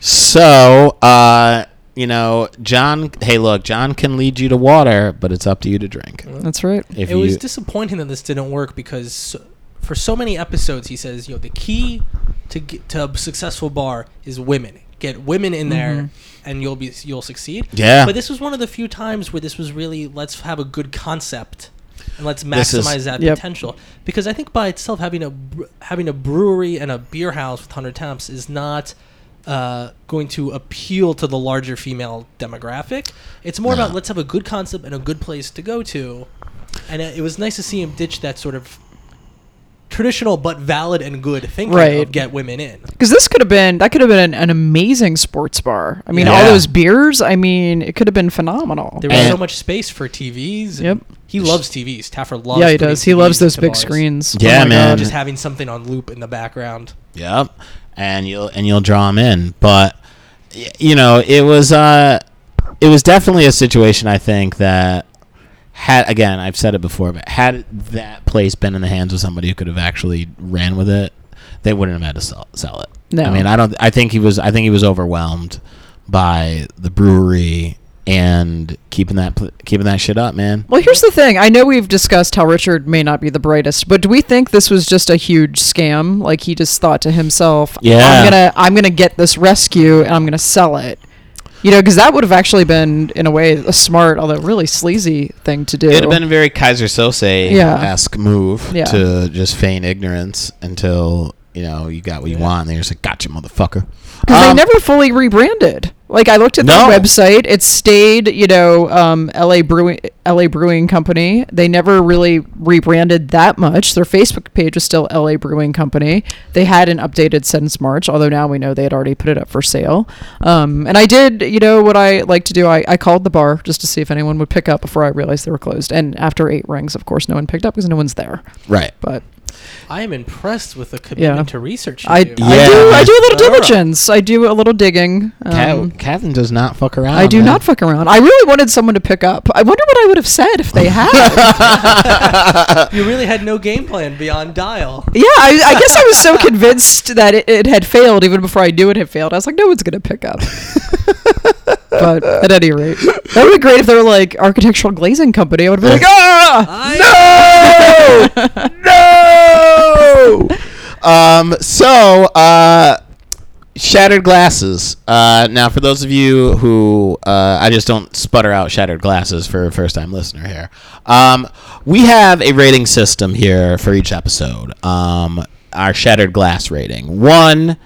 [SPEAKER 3] so uh you know john hey look john can lead you to water but it's up to you to drink
[SPEAKER 2] That's right.
[SPEAKER 3] if
[SPEAKER 4] it was
[SPEAKER 3] you-
[SPEAKER 4] disappointing that this didn't work because so- for so many episodes he says you know the key to get to a successful bar is women get women in there
[SPEAKER 3] Mm-hmm.
[SPEAKER 4] and you'll be you'll succeed
[SPEAKER 3] Yeah.
[SPEAKER 4] but this was one of the few times where this was really let's have a good concept and let's
[SPEAKER 3] This is-
[SPEAKER 4] maximize that
[SPEAKER 2] Yep.
[SPEAKER 4] potential because i think by itself having a br- having a brewery and a beer house with 100 temps is not uh, going to appeal to the larger female demographic. It's more about let's have a good concept and a good place to go to. And it it was nice to see him ditch that sort of traditional but valid and good thinking
[SPEAKER 2] Right.
[SPEAKER 4] of get women in.
[SPEAKER 2] Because this could have been that could have been an, an amazing sports bar. I mean, all
[SPEAKER 3] Yeah.
[SPEAKER 2] those beers. I mean, it could have been phenomenal.
[SPEAKER 4] There was so
[SPEAKER 3] And-
[SPEAKER 4] much space for TVs. and
[SPEAKER 2] Yep.
[SPEAKER 4] He loves TVs. Taffer loves.
[SPEAKER 2] yeah, he
[SPEAKER 4] putting
[SPEAKER 2] does. He
[SPEAKER 4] TVs
[SPEAKER 2] loves those
[SPEAKER 4] to
[SPEAKER 2] big
[SPEAKER 4] bars.
[SPEAKER 2] screens. Oh
[SPEAKER 3] Yeah,
[SPEAKER 2] my
[SPEAKER 3] man.
[SPEAKER 2] God.
[SPEAKER 4] Just having something on loop in the background.
[SPEAKER 3] Yep, and you'll and you'll draw them in. But y- you know, it was uh, it was definitely a situation. I think that had again, I've said it before, but had that place been in the hands of somebody who could have actually ran with it, they wouldn't have had to sell, sell it.
[SPEAKER 2] No.
[SPEAKER 3] I mean, I don't. I think he was. I think he was overwhelmed by the brewery and keeping that pl- keeping that shit up, man.
[SPEAKER 2] Well, here's the thing. I know we've discussed how Richard may not be the brightest, but do we think this was just a huge scam? Like he just thought to himself,
[SPEAKER 3] Yeah.
[SPEAKER 2] I'm gonna I'm gonna get this rescue and I'm gonna sell it." You know, because that would have actually been, in a way, a smart, although really sleazy thing to do.
[SPEAKER 3] It would have been a very Kaiser Sose esque move
[SPEAKER 2] Yeah.
[SPEAKER 3] to just feign ignorance until you know you got what you want, and they're just like, "Gotcha, motherfucker."
[SPEAKER 2] because
[SPEAKER 3] Um,
[SPEAKER 2] they never fully rebranded. Like I looked at
[SPEAKER 3] No.
[SPEAKER 2] their website, it stayed, you know, um, LA Brewing LA Brewing Company. They never really rebranded that much. Their Facebook page was still LA Brewing Company. They hadn't updated since March, although now we know they had already put it up for sale. Um, and I did, you know, what I like to do. I, I called the bar just to see if anyone would pick up before I realized they were closed. And after eight rings, of course, no one picked up because no one's there.
[SPEAKER 3] Right.
[SPEAKER 2] But
[SPEAKER 4] I am impressed with the commitment to research. You
[SPEAKER 2] I,
[SPEAKER 4] do.
[SPEAKER 2] I do I do a little
[SPEAKER 4] Thorough.
[SPEAKER 2] diligence. I do a little digging.
[SPEAKER 3] Cat-
[SPEAKER 2] Um,
[SPEAKER 3] Catherine does not fuck around.
[SPEAKER 2] I do
[SPEAKER 3] man.
[SPEAKER 2] not fuck around. I really wanted someone to pick up. I wonder what I would have said if they had.
[SPEAKER 4] You really had no game plan beyond dial.
[SPEAKER 2] yeah, I, I guess I was so convinced that it, it had failed even before I knew it had failed. I was like, no one's going to pick up. but at any rate, that would be great if they were like architectural glazing company. I would be like, ah!
[SPEAKER 4] I
[SPEAKER 3] no! Um, so, uh, shattered glasses. Uh, now, for those of you who uh, I just don't sputter out shattered glasses for a first time listener here, um, we have a rating system here for each episode. Um, our shattered glass rating. One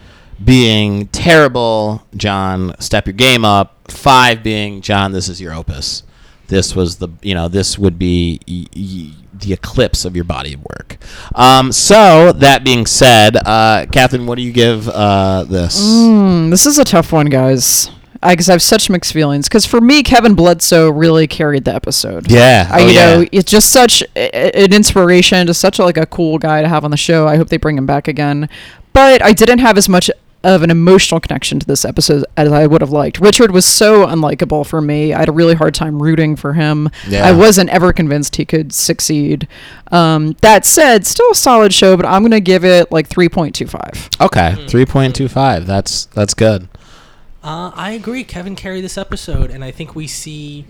[SPEAKER 3] being terrible, John, step your game up. Five being, John, this is your opus this was the you know this would be y- y- the eclipse of your body of work um, so that being said uh, catherine what do you give uh, this
[SPEAKER 2] Hmm, this is a tough one, guys. Because I have such mixed feelings. Because for me, Kevin Bledsoe really carried the episode.
[SPEAKER 3] yeah
[SPEAKER 2] I,
[SPEAKER 3] oh,
[SPEAKER 2] you
[SPEAKER 3] yeah.
[SPEAKER 2] know, it's just such a- a- an inspiration, just such a, like a cool guy to have on the show. I hope they bring him back again. But I didn't have as much of an emotional connection to this episode as I would have liked. Richard was so unlikable for me. I had a really hard time rooting for him.
[SPEAKER 3] Yeah.
[SPEAKER 2] I wasn't ever convinced he could succeed. Um, that said, still a solid show, but I'm going to give it like 3.25.
[SPEAKER 3] okay
[SPEAKER 2] Mm.
[SPEAKER 3] 3.25 that's that's good
[SPEAKER 4] Uh, I agree. Kevin carried this episode, and I think we see.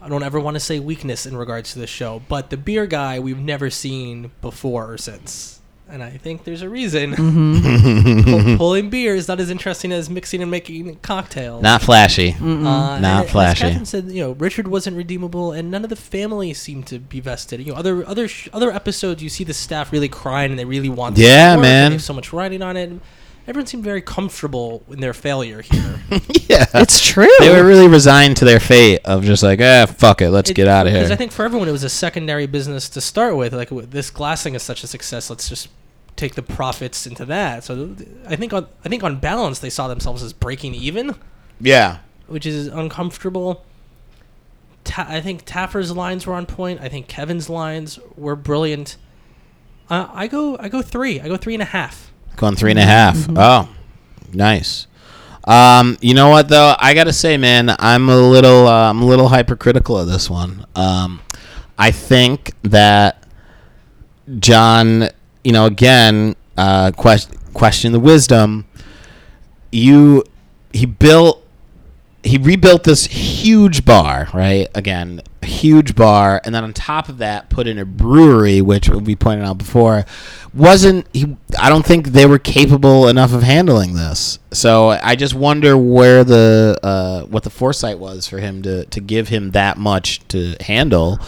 [SPEAKER 4] I don't ever want to say weakness in regards to this show, but the beer guy we've never seen before or since. And I think there's a reason.
[SPEAKER 2] Mm-hmm. Mm.
[SPEAKER 3] Mm-hmm.
[SPEAKER 4] Pull- pulling beer is not as interesting as mixing and making cocktails.
[SPEAKER 3] not flashy
[SPEAKER 2] Mm.
[SPEAKER 4] Uh, and
[SPEAKER 3] Not
[SPEAKER 4] as
[SPEAKER 3] flashy.
[SPEAKER 4] Catherine said, you know, Richard wasn't redeemable, and none of the family seemed to be vested. You know, other other sh- other episodes, you see the staff really crying and they really want. this
[SPEAKER 3] Yeah,
[SPEAKER 4] work, and
[SPEAKER 3] man.
[SPEAKER 4] They have so much writing on it. Everyone seemed very comfortable in their failure here.
[SPEAKER 3] yeah
[SPEAKER 2] It's true.
[SPEAKER 3] Uh, they were really resigned to their fate of just like ah fuck it let's
[SPEAKER 4] It-
[SPEAKER 3] get out of
[SPEAKER 4] Because I
[SPEAKER 3] here
[SPEAKER 4] think for everyone, it was a secondary business to start with. Like w- this glassing is such a success, let's just take the profits into that. So th- I think on I think on balance, they saw themselves as breaking even.
[SPEAKER 3] yeah
[SPEAKER 4] which is uncomfortable. Ta- I think Taffer's lines were on point. I think Kevin's lines were brilliant. Uh, I go, I go three. I go three and a half.
[SPEAKER 3] Going three and a half. Oh, nice. Um, you know what though? I gotta say, man, I'm a little, uh, I'm a little hypercritical of this one. Um, I think that John, you know, again, uh, question, question the wisdom. You, he built he rebuilt this huge bar, right? Again, a huge bar, and then on top of that, put in a brewery, which we pointed out before, wasn't he? I don't think they were capable enough of handling this. So I just wonder where the uh, what the foresight was for him to to give him that much to handle,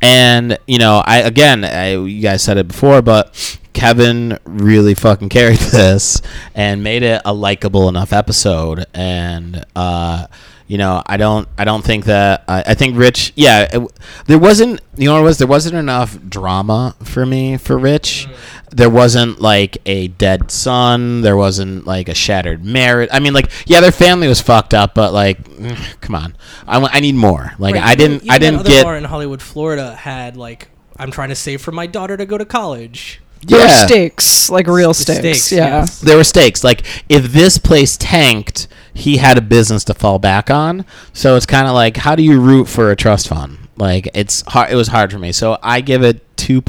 [SPEAKER 3] and you know, I again, I, you guys said it before, but Kevin really fucking carried this and made it a likable enough episode. And uh, you know, I don't, I don't think that I, I think Rich. Yeah, it w- there wasn't. You know, what it was there wasn't enough drama for me for Rich. There wasn't like a dead son. There wasn't like a shattered marriage. I mean, like yeah, their family was fucked up, but like, mm, come on, I, wa- I need more. Like
[SPEAKER 4] Right,
[SPEAKER 3] I
[SPEAKER 4] even-
[SPEAKER 3] didn't,
[SPEAKER 4] even
[SPEAKER 3] I
[SPEAKER 4] that
[SPEAKER 3] didn't
[SPEAKER 4] other
[SPEAKER 3] get.
[SPEAKER 4] bar in Hollywood, Florida had like, I'm trying to save for my daughter to go to college.
[SPEAKER 2] There were
[SPEAKER 3] Yeah.
[SPEAKER 2] stakes, like real
[SPEAKER 4] The
[SPEAKER 2] stakes.
[SPEAKER 4] stakes,
[SPEAKER 2] yeah.
[SPEAKER 4] yes.
[SPEAKER 3] there were stakes. Like if this place tanked, he had a business to fall back on. So it's kind of like how do you root for a trust fund? Like it's hard. It was hard for me. So I give it two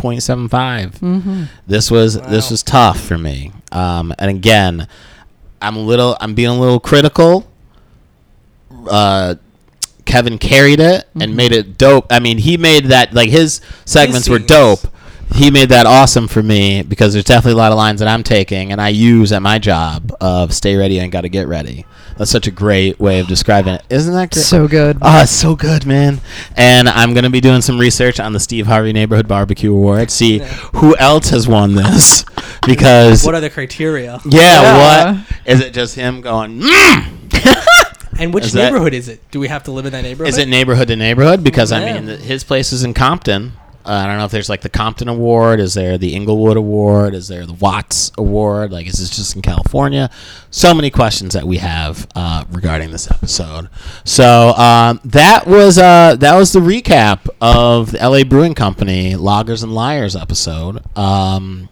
[SPEAKER 3] This was this
[SPEAKER 4] Wow.
[SPEAKER 3] was tough for me. Um, and again, I'm a little. I'm being a little critical. Uh, Kevin carried it and made it dope. I mean, he made that like his segments were
[SPEAKER 4] scenes.
[SPEAKER 3] dope he made that awesome for me because there's definitely a lot of lines that I'm taking and I use at my job of stay ready and gotta get ready. That's such a great way of describing it. Isn't that great?
[SPEAKER 2] So good.
[SPEAKER 3] Oh, it's so good, man. And I'm going to be doing some research on the Steve Harvey Neighborhood Barbecue Award, see who else has won this. Because,
[SPEAKER 4] What are the criteria?
[SPEAKER 3] yeah,
[SPEAKER 2] Yeah.
[SPEAKER 3] what? Is it just him going, mm!
[SPEAKER 4] And which
[SPEAKER 3] Is that-
[SPEAKER 4] neighborhood is it? Do we have to live in that neighborhood?
[SPEAKER 3] Is it neighborhood to neighborhood? Because I
[SPEAKER 4] Yeah.
[SPEAKER 3] mean, th- his place is in Compton. Uh, I don't know if there's like the Compton Award. Is there the Inglewood Award? Is there the Watts Award? Like, is this just in California? So many questions that we have uh, regarding this episode. So um, that was uh, that was the recap of the LA Brewing Company Loggers and Liars episode. Um,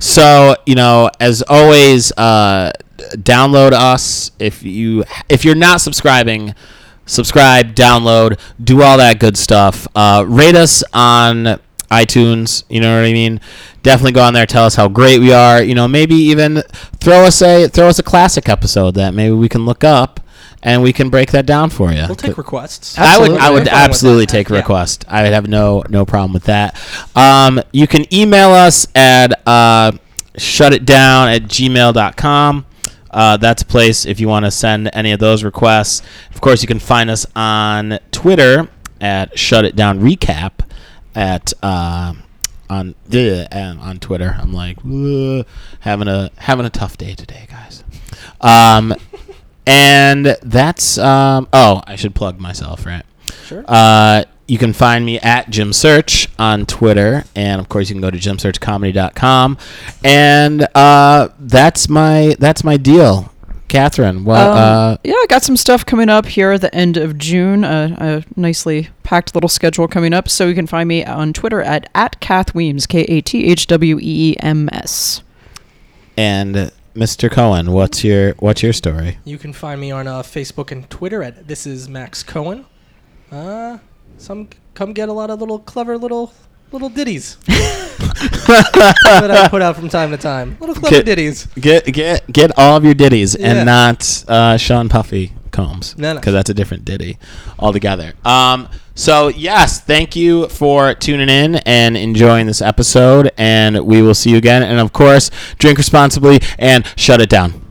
[SPEAKER 3] so you know, as always, uh, d- download us if you if you're not subscribing subscribe, download, do all that good stuff. Uh, rate us on iTunes. You know what I mean. Definitely go on there, tell us how great we are. You know, maybe even throw us a throw us a classic episode that maybe we can look up and we can break that down for you.
[SPEAKER 4] We'll take requests.
[SPEAKER 3] I would, I would
[SPEAKER 2] Absolutely.
[SPEAKER 4] We're fine with
[SPEAKER 3] absolutely
[SPEAKER 4] that.
[SPEAKER 3] take a
[SPEAKER 4] Yeah.
[SPEAKER 3] request. I would have no no problem with that. Um, you can email us at uh, shutitdown at gmail.com. Uh, that's a place if you want to send any of those requests. Of course, you can find us on Twitter at shutitdownrecap at uh, on bleh, and on Twitter. I'm like bleh, having a having a tough day today, guys. Um, and that's um, oh, I should plug myself, right?
[SPEAKER 4] Sure.
[SPEAKER 3] Uh, you can find me at Jim Search on Twitter, and of course you can go to jimsearchcomedy.com. And uh, that's my that's my deal, Catherine. Well,
[SPEAKER 2] Um,
[SPEAKER 3] uh,
[SPEAKER 2] yeah, I got some stuff coming up here at the end of June. Uh, a nicely packed little schedule coming up. So you can find me on Twitter at, at Kath Weems, K A T H W E E M S.
[SPEAKER 3] and Mr. Cohen, what's your what's your story?
[SPEAKER 4] You can find me on uh, Facebook and Twitter at this is Max Cohen. Uh, some come get a lot of little clever little little ditties that I put out from time to time. Little clever
[SPEAKER 3] Okay.
[SPEAKER 4] ditties.
[SPEAKER 3] Get get get all of your ditties
[SPEAKER 4] Yeah.
[SPEAKER 3] and not uh, Sean Puffy Combs
[SPEAKER 4] No,
[SPEAKER 3] because
[SPEAKER 4] no.
[SPEAKER 3] that's a different ditty altogether. Um, so yes, thank you for tuning in and enjoying this episode, and we will see you again. And of course, drink responsibly and shut it down.